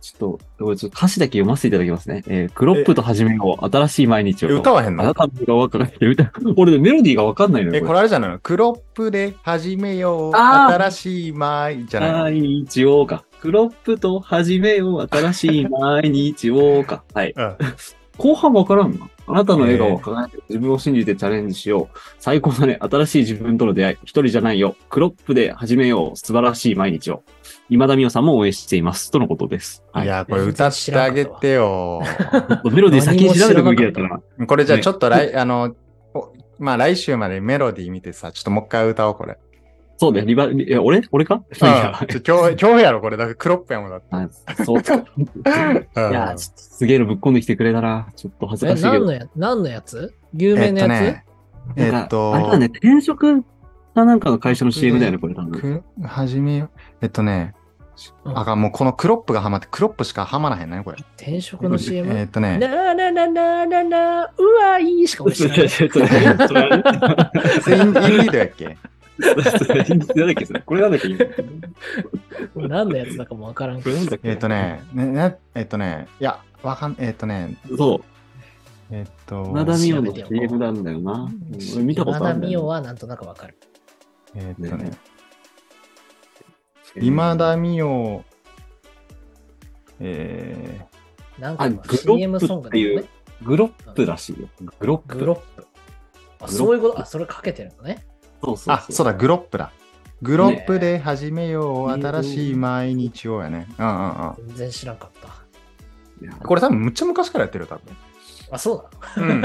ちょっと、ごめんちょっと歌詞だけ読ませていただきますね。えークロップと始めよう、新しい毎日を。歌わへんあなのたのがわからない。歌 俺、メロディーがわかんないのよ。え、これあれじゃないのクロップで始めよう。あー新しい舞じゃないの毎日をか。クロップと始めよう、新しい毎日をか。はい。うん後半わからんな。あなたの笑顔は輝く。自分を信じてチャレンジしよう。最高だね。新しい自分との出会い。一人じゃないよ。クロップで始めよう。素晴らしい毎日を。今田美桜さんも応援しています。とのことです。はいいや、これ歌ってあげてよ。メロディー先に調べてもいいけだったな。これじゃあねちょっと 来、あの、おまあ来週までメロディー見てさ、ちょっともう一回歌おう、これ。そうね、リバ、リえ、俺俺かいやうん、ちょ今日、今日やろ、これ。だからクロップやもんだって。あそうか。いうんや、ちょっとすげえのぶっ込んできてくれたな。ちょっと恥ずえ、かしいけ何ど。のや、何のやつ有名なやつ、えっとね、えなんっかと、あれだね、転職かなんかの会社の CM だよね、これ多分。く、始めよう。えっとね、うんあかんもうこのクロップがハマって、クロップしかハマらへんね、これ。転職の CM? えっとね、なななななな、うわ、いいしか俺知らない。そ れそれそれインインディードやっけそれなんだっけそれこれなんだっけ今こ何のやつだかもわからんけれど。なんだっけえっと。ね、ねね、えっとね、いや、わかん、えっとね、そえっう。と、今田美桜調のべてよ CM なんだよな。うん俺見たこ今とあ田るん美だ桜よはなんとなくわかる。えっとねね、ね。今田美桜、えなんかあ、今グロ CM ソングップってだいようね。、グロップらしいよ。グロッグプ。ロップ。あ、そういうこと、あ、それかけてるのね。そうそうー、あ、そうだ、グロップだ。グロップで始めよう、ね新しい毎日をやね。うんうんうん。全然知らんかった。いやこれ多分むっちゃ昔からやってるよ、多分。あ、そ ううん。い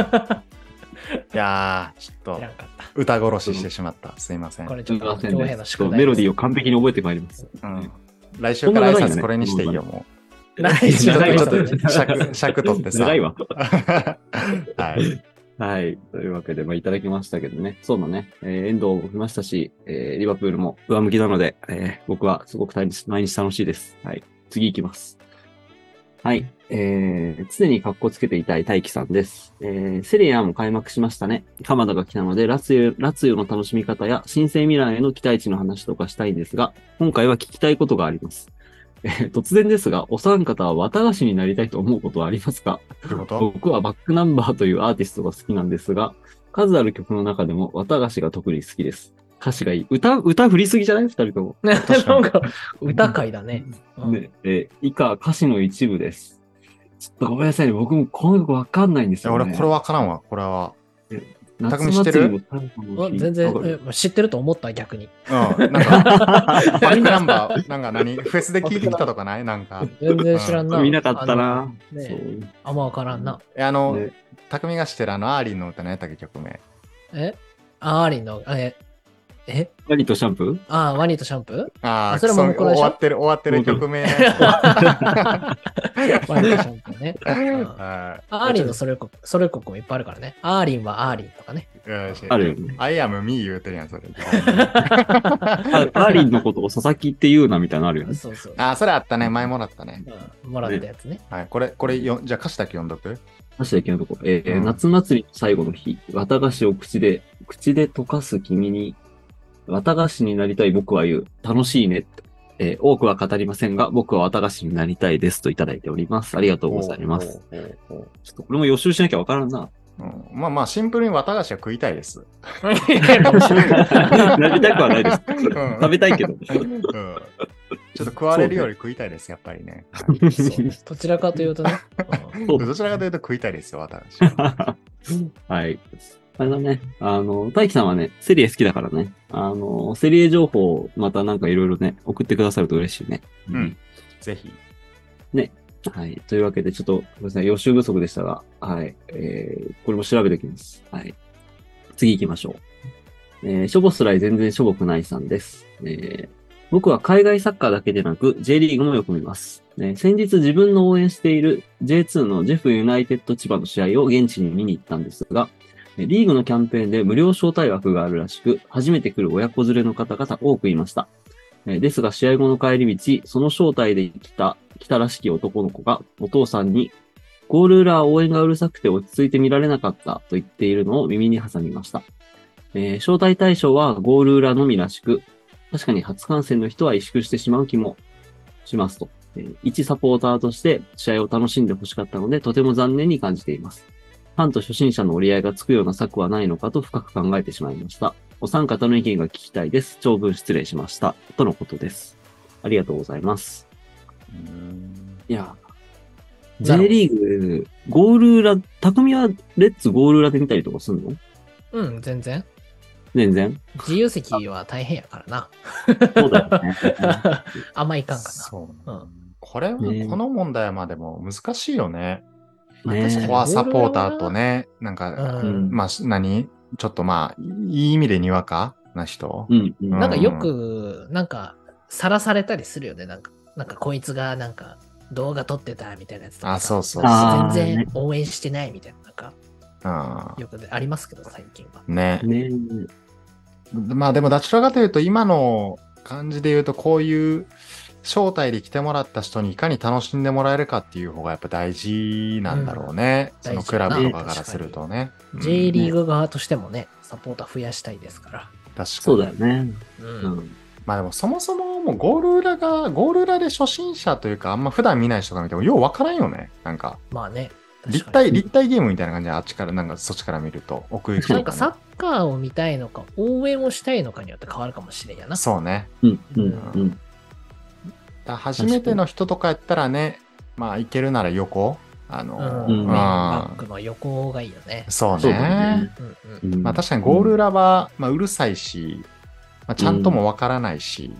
やー、ちょっとなの知らんかった。歌殺ししてしまった。すいませんこ。れちすょみっと、ませ京ん平ねの。ちょ宿っとメ題ロデでィすーを完璧に覚えてまいります。うん来週から挨拶これにしていいよ、も来う。ち週ょっからと、挨ち拶ょっと、尺、尺取ってさ。長いわ。 はい。はい。というわけで、まあ、いただきましたけどね。そうだね。えー、遠藤も来ましたし、えー、リバプールも上向きなので、えー、僕はすごく毎日毎日楽しいです。はい。次行きます。はい。えー、常に格好つけていたい大輝さんです。えー、セリアも開幕しましたね。鎌田が来たので、ラツヨ、ラツヨの楽しみ方や、新生未来への期待値の話とかしたいんですが、今回は聞きたいことがあります。えー、突然ですが、お三方は綿菓子になりたいと思うことはありますかってこと僕はバックナンバーというアーティストが好きなんですが、数ある曲の中でも綿菓子が特に好きです。歌詞がいい。歌、歌振りすぎじゃない二人とも。確かなにんか、歌会だね。うんねえー以下、歌詞の一部です。ちょっとごめんなさいね。僕もこの曲わかんないんですいやよ、ね。俺、これわからんわ、これは。夏匠知ってる祭りも最後のあ日全然わかるえ知ってると思った逆に。うん。なんか、バックナンバー、なんか何フェスで聞いてきたとかないなんか。全然知らんな。見なかったあな。の。そねうあんまわからんな。えあのね、匠がしてるあの、アーリンの歌のやったっけ曲名。えアーリンの、え、え何とシャンプあーワニとシャンプーああ、あそれもクソこれでし終ょわってる、終わってる曲名。ワニとシャンプーね。うんああアーリンのそれこ、それここもいっぱいあるからね。アーリンはアーリンとかね。ーあるよね。アイアムミー言うてるやん、それ。あアーリンのことを佐々木って言うなみたいなのあるよね。そうそう。あ、それあったね。前もらったね。うんもらったやつね。はい。これ、これよ、じゃあ歌詞だけ読んどく出していけのとこ。えーうん夏祭りの最後の日、綿菓子を口で、口で溶かす君に、綿菓子になりたい僕は言う。楽しいねって。えー多くは語りませんが、僕は綿菓子になりたいですといただいております。ありがとうございます。。おうおうおう ちょっとこれも予習しなきゃわからんな。うん、まあまあ、シンプルに綿菓子は食いたいです。なりたくはないです。うん食べたいけど。うん、ちょっと食われるより食いたいです、やっぱりね。はいそうどちらかというとね。うんそ うどちらかというと食いたいですよ、綿菓子は。はい。あれだね。あの、大輝さんはね、セリエ好きだからね。あの、セリエ情報、またなんかいろいろね、送ってくださると嬉しいね。うん。ぜひ。はい。というわけで、ちょっと、ごめんなさい。予習不足でしたが、はい。えー、これも調べておきます。はい。次行きましょう。えー、しょぼすらい全然しょぼくないさんです。えー、僕は海外サッカーだけでなく、J リーグもよく見ます。えー先日自分の応援している J2 のジェフユナイテッド千葉の試合を現地に見に行ったんですが、えーリーグのキャンペーンで無料招待枠があるらしく、初めて来る親子連れの方々多くいました。えーですが、試合後の帰り道、その招待で来た、来たらしき男の子が、お父さんに、ゴール裏は応援がうるさくて落ち着いて見られなかったと言っているのを耳に挟みました。えー招待対象はゴール裏のみらしく、確かに初観戦の人は萎縮してしまう気もしますと。えー一サポーターとして試合を楽しんでほしかったので、とても残念に感じています。ファンと初心者の折り合いがつくような策はないのかと深く考えてしまいました。お三方の意見が聞きたいです。長文失礼しました。とのことです。ありがとうございます。いや、なるほど J リーグ、ゴール裏、匠はレッツゴール裏で見たりとかするのうん、全然。全然。自由席は大変やからな。そうだよね。 あんまいかんかそうな。うね。ん。これは、ねこの問題はまあでも難しいよね。まあ確かにコアサポーターとね、なんか、うんまあ、し何ちょっとまあ、いい意味でにわかな人。うん、うん。なんかよく、なんか、さらされたりするよね。なんか、なんかこいつがなんか動画撮ってたみたいなやつとかさ。あ、そうそうそあ全ー然応援してないみたいな、なんか、う。うんよくありますけど、最近は。ね。ねまあでも、どちらかというと、今の感じで言うと、こういう招待で来てもらった人にいかに楽しんでもらえるかっていう方がやっぱ大事なんだろうね。うんそのクラブとかからするとね。うん J リーグ側としてもね、サポーター増やしたいですから。確かそうにだよね。う。うんん。まあでもそもそももうゴール裏が、ゴール裏で初心者というかあんま普段見ない人が見てもようわからんよね。なんかまあね。立確かに体、立体ゲームみたいな感じであっちから、なんかそっちから見ると奥行きとなんかサッカーを見たいのか、応援をしたいのかによって変わるかもしれんやな。そうね。うん、うん、うん。だから初めての人とかやったらね、まあ行けるなら横、あの、うん。うメイんンバックの横がいいよね。そうそうだねね。うんうん。うんまあ確かにゴール裏は、まあ、うるさいし、まあ、ちゃんともわからないし、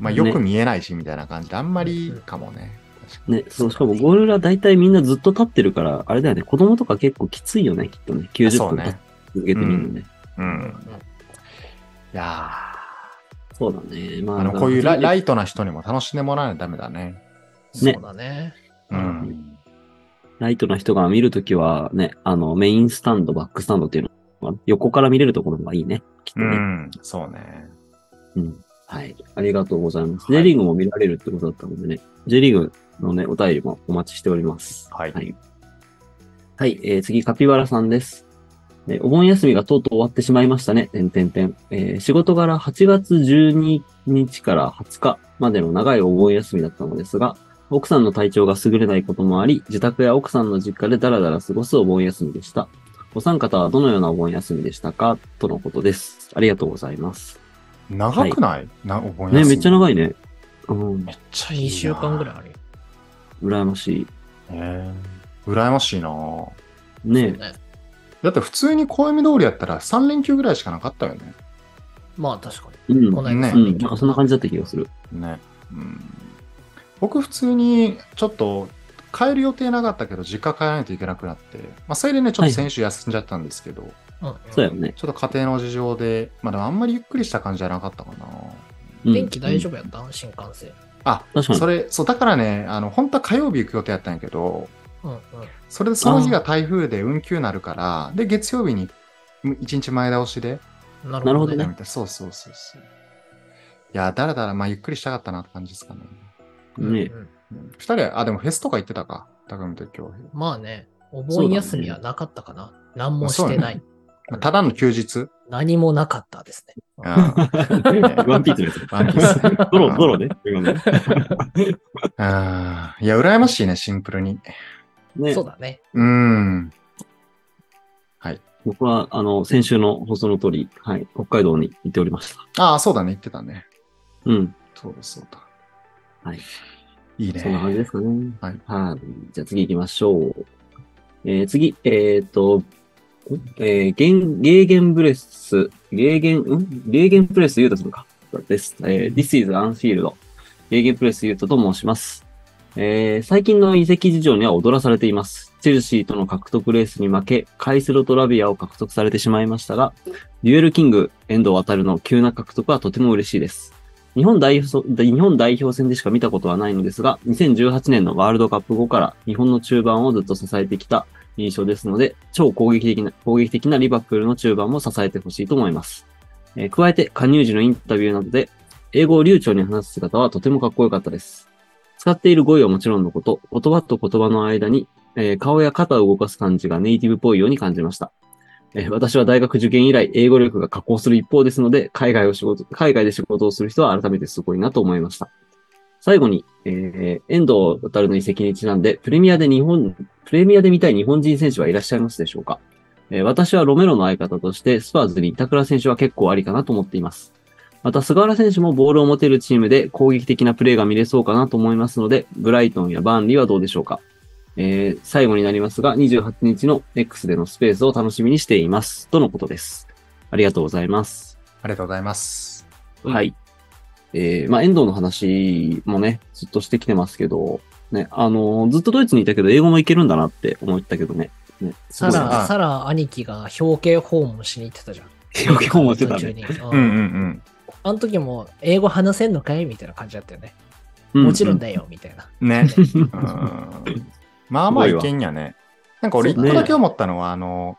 まあ、よく見えないしみたいな感じであんまりかもね。確かにね、そう、しかもゴール裏大体みんなずっと立ってるから、あれだよね、子供とか結構きついよね、きっとね。90そう分立ねって。続けてみるのね。うん。いやそうだね。まーあ、あのだからこういうラ初めてライトな人にも楽しんでもらわないとダメだね。そうだね。うん。ライトな人が見るときはね、あの、メインスタンド、バックスタンドっていうのは、横から見れるところがいいね。きっとうね。ん。そうね。うんはい。ありがとうございます。はい J リーグも見られるってことだったのでね、J リーグのね、お便りもお待ちしております。はいはい、はいえー次、カピバラさんです。えーお盆休みがとうとう終わってしまいましたね。てんてんてん。えー仕事柄8月12日から20日までの長いお盆休みだったのですが、奥さんの体調が優れないこともあり、自宅や奥さんの実家でダラダラ過ごすお盆休みでした。お三方はどのようなお盆休みでしたかとのことです。ありがとうございます。長くない、なお盆休ね、みめっちゃ長いね。うん、めっちゃいいな。 2週間ぐらいあるよ。羨ましい。へー。羨ましいなーねねだって普通に暦通りやったら3連休ぐらいしかなかったよね。まあ確かえ。うん。に。この間ねさうん、なんかそんな感じだった気がする。ね。うん、僕普通にちょっと帰る予定なかったけど実家帰らないといけなくなって、まあ、それでねちょっと先週休んじゃったんですけど、うんそうだよね。ちょっと家庭の事情でまあでもあんまりゆっくりした感じじゃなかったかなうん天気大丈夫やった新幹線。あ確かにそれそうだからねあの本当は火曜日行く予定やったんやけどうんうん。それでその日が台風で運休になるからで月曜日に1日前倒しでななるるほほどどみたいね。なそうそうそうそういやだらだらまあゆっくりしたかったなって感じですかねうんねうんうんうん二人は、あ、でもフェスとか行ってたか。高見と今日。まあね、お盆休みはなかったかな。何もしてない。まあただの休日。何もなかったですね。うん ワンピースのやつ。ワンピー スドロ、ドロね。今ねあーいや、羨ましいね、シンプルに。ねそうだね。うん。僕は、あの、先週の放送の通り、はい、北海道に行っておりました。ああ、そうだね、言ってたね。うん。そうだそうだ。はい。いいね。そんな感じですかね。はい。はい。じゃあ次行きましょう。えー、次、えっ、ー、と、えー、ゲン、ゲーゲンブレス、ゲーゲン、んゲーゲンプレスユータさんか。です。えー、This is Unfield。ゲーゲンプレスユータと申します。えー、最近の遺跡事情には踊らされています。チェルシーとの獲得レースに負け、カイセロとラビアを獲得されてしまいましたが、デュエルキング、遠藤渡の急な獲得はとても嬉しいです。日本代表、日本代表戦でしか見たことはないのですが、2018年のワールドカップ後から日本の中盤をずっと支えてきた印象ですので、超攻撃的な、攻撃的なリバプールの中盤も支えてほしいと思います。えー加えて、加入時のインタビューなどで、英語を流暢に話す姿はとてもかっこよかったです。使っている語彙はもちろんのこと、言葉と言葉の間に、えー顔や肩を動かす感じがネイティブっぽいように感じました。えー私は大学受験以来、英語力が下降する一方ですので、海外を仕事、海外で仕事をする人は改めてすごいなと思いました。最後に、えー、遠藤渡の遺跡にちなんで、プレミアで日本、プレミアで見たい日本人選手はいらっしゃいますでしょうか、えー私はロメロの相方として、スパーズに板倉選手は結構ありかなと思っています。また、菅原選手もボールを持てるチームで攻撃的なプレーが見れそうかなと思いますので、ブライトンやバーンリーはどうでしょうかえー最後になりますが、28日の X でのスペースを楽しみにしています。とのことです。ありがとうございます。ありがとうございます。はい。えーまあ、遠藤の話もね、ずっとしてきてますけど、ね、あのーずっとドイツにいたけど、英語もいけるんだなって思ったけどね。ね、すサごいだな。なラ、サラ兄貴が表敬訪問しに行ってたじゃん。英語も持ってた途中ね。にうんうんうんあの時も、英語話せんのかいみたいな感じだったよね。うもちろんだよ、みたいな。。ね。うんまあまあいけんやね。なんか俺、一個だけ思ったのは、あの、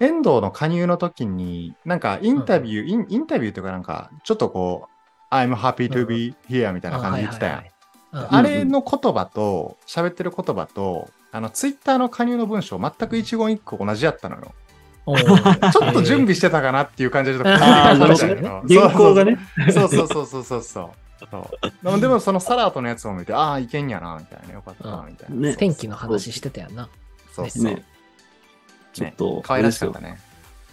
遠藤の加入の時に、なんかインタビュー、インインタビューというかなんか、ちょっとこう、I'm happy to be here みたいな感じで言ってたやん。あはいはいはいあれの言葉と、喋ってる言葉と、あの、ツイッターの加入の文章、全く一言一句同じやったのよ。うんおーちょっと準備してたかなっていう感じで、ちょっとあー感じなるど原稿がね。そうそうそうそうそうそう。そうでもでもそのサラートのやつを見て、ああ、いけんやな、みたいな。よかったな、みたいな。ね。天気の話してたやんな。そうそう。ねちょっと、可愛らしかったね。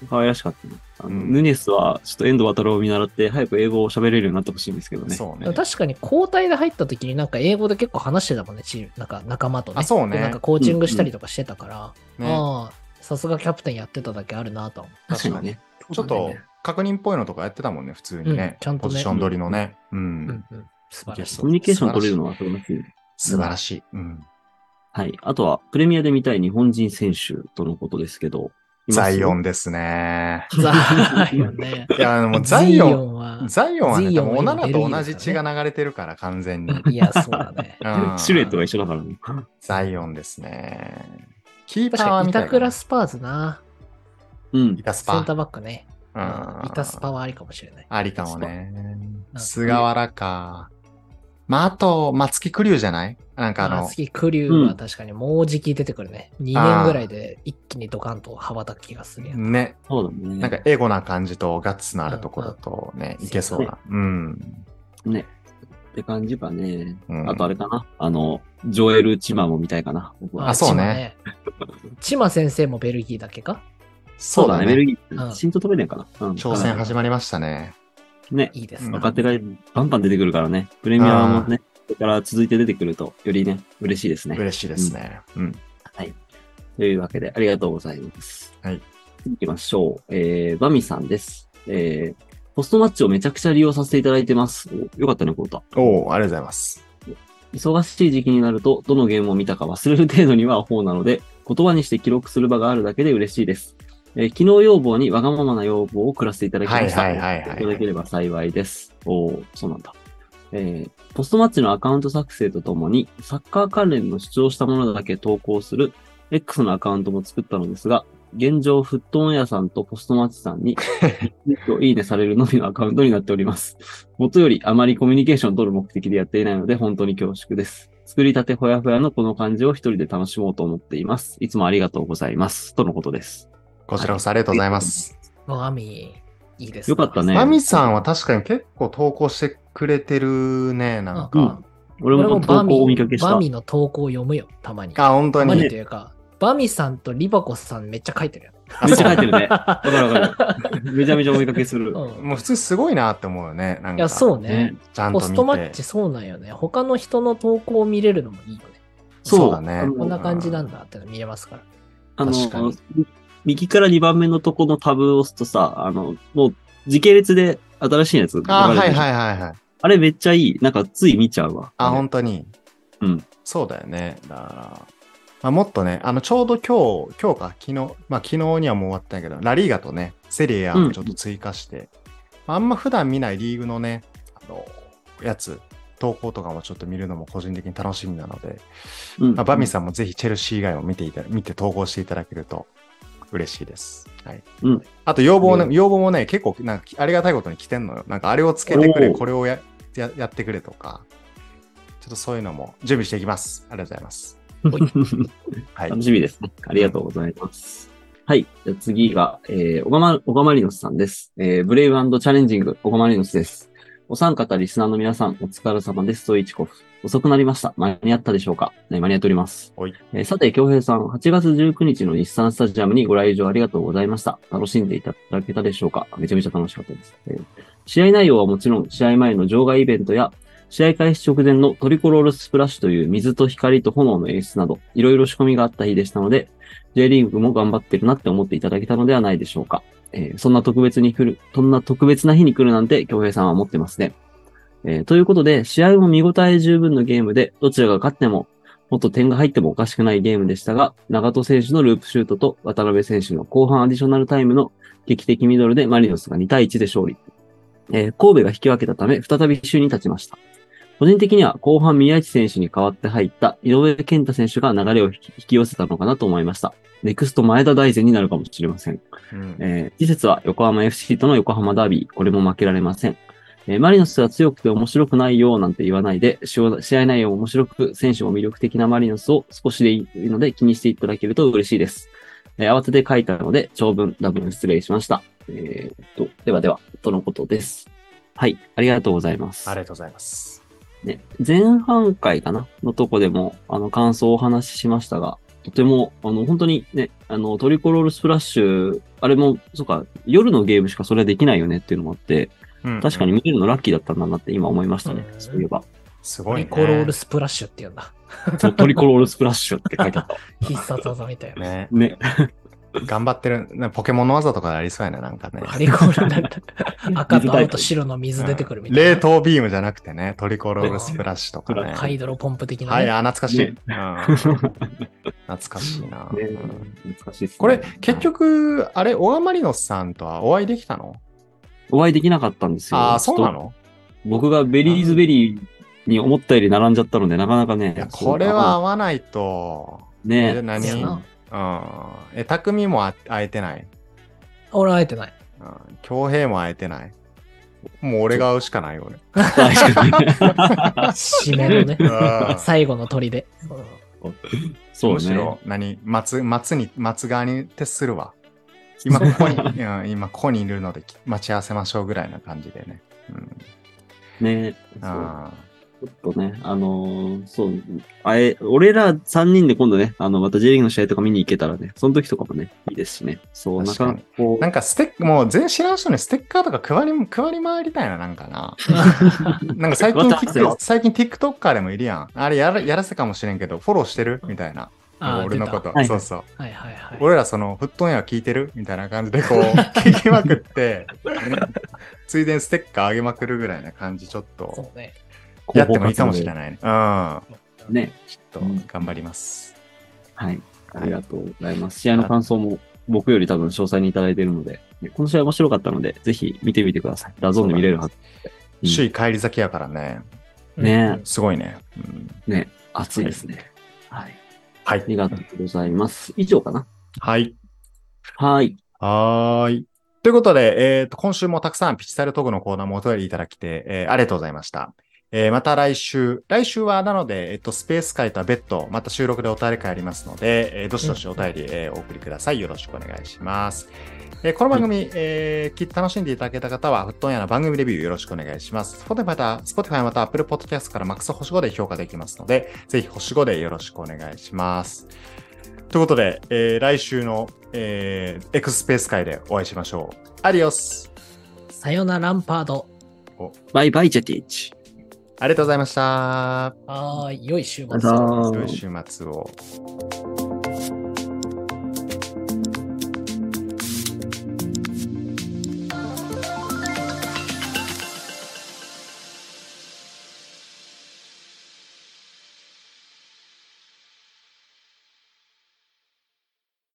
可愛らしかったね。あの、うんヌネスは、ちょっと遠藤航を見習って、早く英語を喋れるようになってほしいんですけどね。そうね。確かに交代で入った時になんか英語で結構話してたもんね、チーム、なんか仲間とね。あそうねでなんかコーチングしたりとかしてたから、ねああ、さすがキャプテンやってただけあるなとは思確かにね。ちょっと確認っぽいのとかやってたもんね、普通にねうん。ちゃんとねポジション取りのね。うん。う。うんうん。素晴らしい。コミュニケーション取れるのは素晴らしい。素晴らしい。うん。はい。あとは、プレミアで見たい日本人選手とのことですけど。いますザイオンですね。ザイオンね。いや、 でもザイオン。は。ザイオンはね、ザイでオンはもオナナ今ベルギとー同だじから血ねが流れてるから、完全に。いや、そうだね。うんシルエットが一緒だからね。ザイオンですね。キー確パーかはに、見たい板な倉スパーズな。うんイ。タスセンパター。バックね。ううんんイタスパはありかもしれない。ありかもね。うん菅原か。まあ、あと、松木玖生じゃないなんかああの、次、クリューは確かにもうじき出てくるね。2年ぐらいで一気にドカンと羽ばたく気がするやん。ね、そうだね。なんかエゴな感じとガッツのあるところとね、いけそうな。うん。ね。って感じかね。うんあとあれかな。あの、ジョエル・チマも見たいかな。僕はあそうね。チマ先生もベルギーだけかそうだベルね。ギうー。ん新トトベリアかな。うん挑戦始まりましたね。ね。いいですね。わか若手がバンバン出てくるからね。プレミアもね。これから続いて出てくると、よりね、嬉しいですね。嬉しいですね。うん。というわけで、ありがとうございます。はい。行きましょう。えー、バミさんです。えー、ポストマッチをめちゃくちゃ利用させていただいてます。およかったね、コウタ。おおありがとうございます。忙しい時期になると、どのゲームを見たか忘れる程度にはアホなので、言葉にして記録する場があるだけで嬉しいです。えー、機能要望にわがままな要望を送らせていただきました。はいはいはいはいいただければ幸いです。おーそうなんだ。えーポストマッチのアカウント作成とともに、サッカー関連の主張したものだけ投稿する X のアカウントも作ったのですが、現状、フットオンエアさんとポストマッチさん に、いいねされるのみのアカウントになっております。元よりあまりコミュニケーションを取る目的でやっていないので、本当に恐縮です。作りたてほやほやのこの感じを一人で楽しもうと思っています。いつもありがとうございます。とのことです。こちらこそありがとうございます。もうアミ、いいですよかったねマミさんは確かに結構投稿してくれてるね、なんうかん。俺俺もも投バ稿をおミ見かけしバた。ミの投稿を読むよ、たまに。あ、本当たまににと。いうか、バミさんとリバコさんめっちゃ書いてるよ。めっちゃ書いてるね。わかるわかる。めちゃめちゃ追いかけする。 うん、もう普通すごいなって思うよね。なんかいや、そうねね。ちゃんとポ見て。ストマッチそうなんよね。他の人の投稿を見れるのもいいよね。そうだねあのこんな感じなんだっての見れますから。あの確かに右から2番目のとこのタブを押すとさ、あの、もう時系列で新しいやつあ、はいい。はいはいはい。あれめっちゃいい。なんかつい見ちゃうわ。あ、ね本当に。うん。そうだよね。だから、まあ、もっとね、あの、ちょうど今日、今日か、昨日、まあ、昨日にはもう終わったんやけど、ラリーガとね、セリエアをちょっと追加して、まああんま普段見ないリーグのね、あの、やつ、投稿とかもちょっと見るのも個人的に楽しみなので、うんまあ、バミさんもぜひチェルシー以外を見ていただ、見て投稿していただけると嬉しいです。はい。うんあと要望ね、うん要望もね、結構なんかありがたいことに来てんのよ。なんかあれをつけてくおれ、ーこれをやややってくれとか、ちょっとそういうのも準備していきます。ありがとうございます。はい。楽しみですね。ありがとうございます。はい。じゃあ次が、えー、小川、小川マリノスさんです。えー、ブレイブチャレンジング、小川マリノスです。お三方、リスナーの皆さん、お疲れ様です。トイチコフ。遅くなりました。間に合ったでしょうか、ね、間に合っております。はいえーさて、京平さん、8月19日の日産スタジアムにご来場ありがとうございました。楽しんでいただけたでしょうかめちゃめちゃ楽しかったです。えー試合内容はもちろん、試合前の場外イベントや、試合開始直前のトリコロールスプラッシュという水と光と炎の演出など、いろいろ仕込みがあった日でしたので、J リーグも頑張ってるなって思っていただけたのではないでしょうか。えーそんな特別に来る、そんな特別な日に来るなんて、京平さんは思ってますね。えーということで、試合も見応え十分のゲームで、どちらが勝っても、もっと点が入ってもおかしくないゲームでしたが、長戸選手のループシュートと渡辺選手の後半アディショナルタイムの劇的ミドルでマリノスが2対1で勝利。えー神戸が引き分けたため、再び首位に立ちました。個人的には後半宮市選手に代わって入った井上健太選手が流れを引き引き寄せたのかなと思いました。ネクスト前田大然になるかもしれません。うんえー次節は横浜 FC との横浜ダービー、これも負けられません。えーマリノスは強くて面白くないよなんて言わないで、試合試合内容を面白く、選手も魅力的なマリノスを少しでいいので気にしていただけると嬉しいです。えー慌てて書いたので、長文、ダブル失礼しました。えーと、ではでは、とのことです。はい、ありがとうございます。ありがとうございます。ね、前半回かなのとこでも、あの、感想をお話ししましたが、とても、あの、本当にね、あの、トリコロールスプラッシュ、あれも、そうか、夜のゲームしかそれはできないよねっていうのもあって、うん確かにうん見れるのラッキーだったんだなって今思いましたね。うんそういえば。すトごいリね。コロールスプラッシュって言うんだ。そう、トリコロールスプラッシュって書いてあった。必殺技みたいな。ね。ね。頑張ってる。なんかポケモンの技とかありそうやね、なんかね。トリコロールなん だ。赤と青と白の水出てくるみたいな。冷凍ビームじゃなくてね、トリコロールスプラッシュとかね。ハイドロポンプ的なはね、い、あ懐かしい。ねうん懐かしいな。ねうん難しいっすねこれ、結、局、あれ、オガマリノスさんとはお会いできたのお会いできなかったんですよ。ああ、そうなちょっのと僕がベリーズベリーに思ったより並んじゃったので、なかなかねいや、。これは合、わないと。えね。何そうやなうん。え、匠もあ会えてない。俺は会えてない。うん。京平も会えてない。もう俺が会うしかないよね。確かに締めの ねう。ん最後の砦。うんそうね。むしろ、何、松、松に、松側に徹するわ。今こ こに、うん今ここにいるので、き待ち合わせましょうぐらいな感じでね。うん。ねそうあちょっとね、あのーそう、あえ、俺ら3人で今度ね、あの、また J リーグの試合とか見に行けたらね、その時とかもね、いいですしね。そう、な確かかになかこうなんかステッカー、もう全知らん人にステッカーとか配り、配り回りたいな、なんかな。 なんか最近わかりますよ TikTok、最近 TikToker でもいるやん。あれやらやらせかもしれんけど、フォローしてるみたいな。あー俺のこと出。たそうそう。はいはいはい。俺らその、フットンエア聞いてるみたいな感じで こう、聞きまくって、ついでにステッカーあげまくるぐらいな感じ、ちょっと、そうね。やってもいいかもしれい。ないね。うん。ね。ちょっと、頑張ります。はい。ありがとうございます。試合の感想も僕より多分詳細にいただいてるので、ねこの試合面白かったので、ぜひ見てみてください。ダゾーンで見れるはず。うん首位帰り咲きやからね。ねすごいね。うんね。熱いですね。はい。はあい。りがとうございます。以上かな。はい。はい。はーい。ということで、えーと、今週もたくさんピチタルトグのコーナーもお便りいただきて、えーありがとうございました。えーまた来週、来週はなので、えっと、スペース会とは別途、また収録でお便り会ありますので、えーどしどしお便り、えーお送りください。よろしくお願いします。えーこの番組、えーき楽しんでいただけた方は、フットンやの番組レビューよろしくお願いします。Spotify また、Spotify また Apple Podcast から MAX 星5で評価できますので、ぜひ星5でよろしくお願いします。ということで、えー来週の、えーエクスペース会でお会いしましょう。アディオスさよならランパード。バイバイ、ジェティッチ。ありがとうございました。はーい、良い週末ありがとうございますを。良い週末を。あ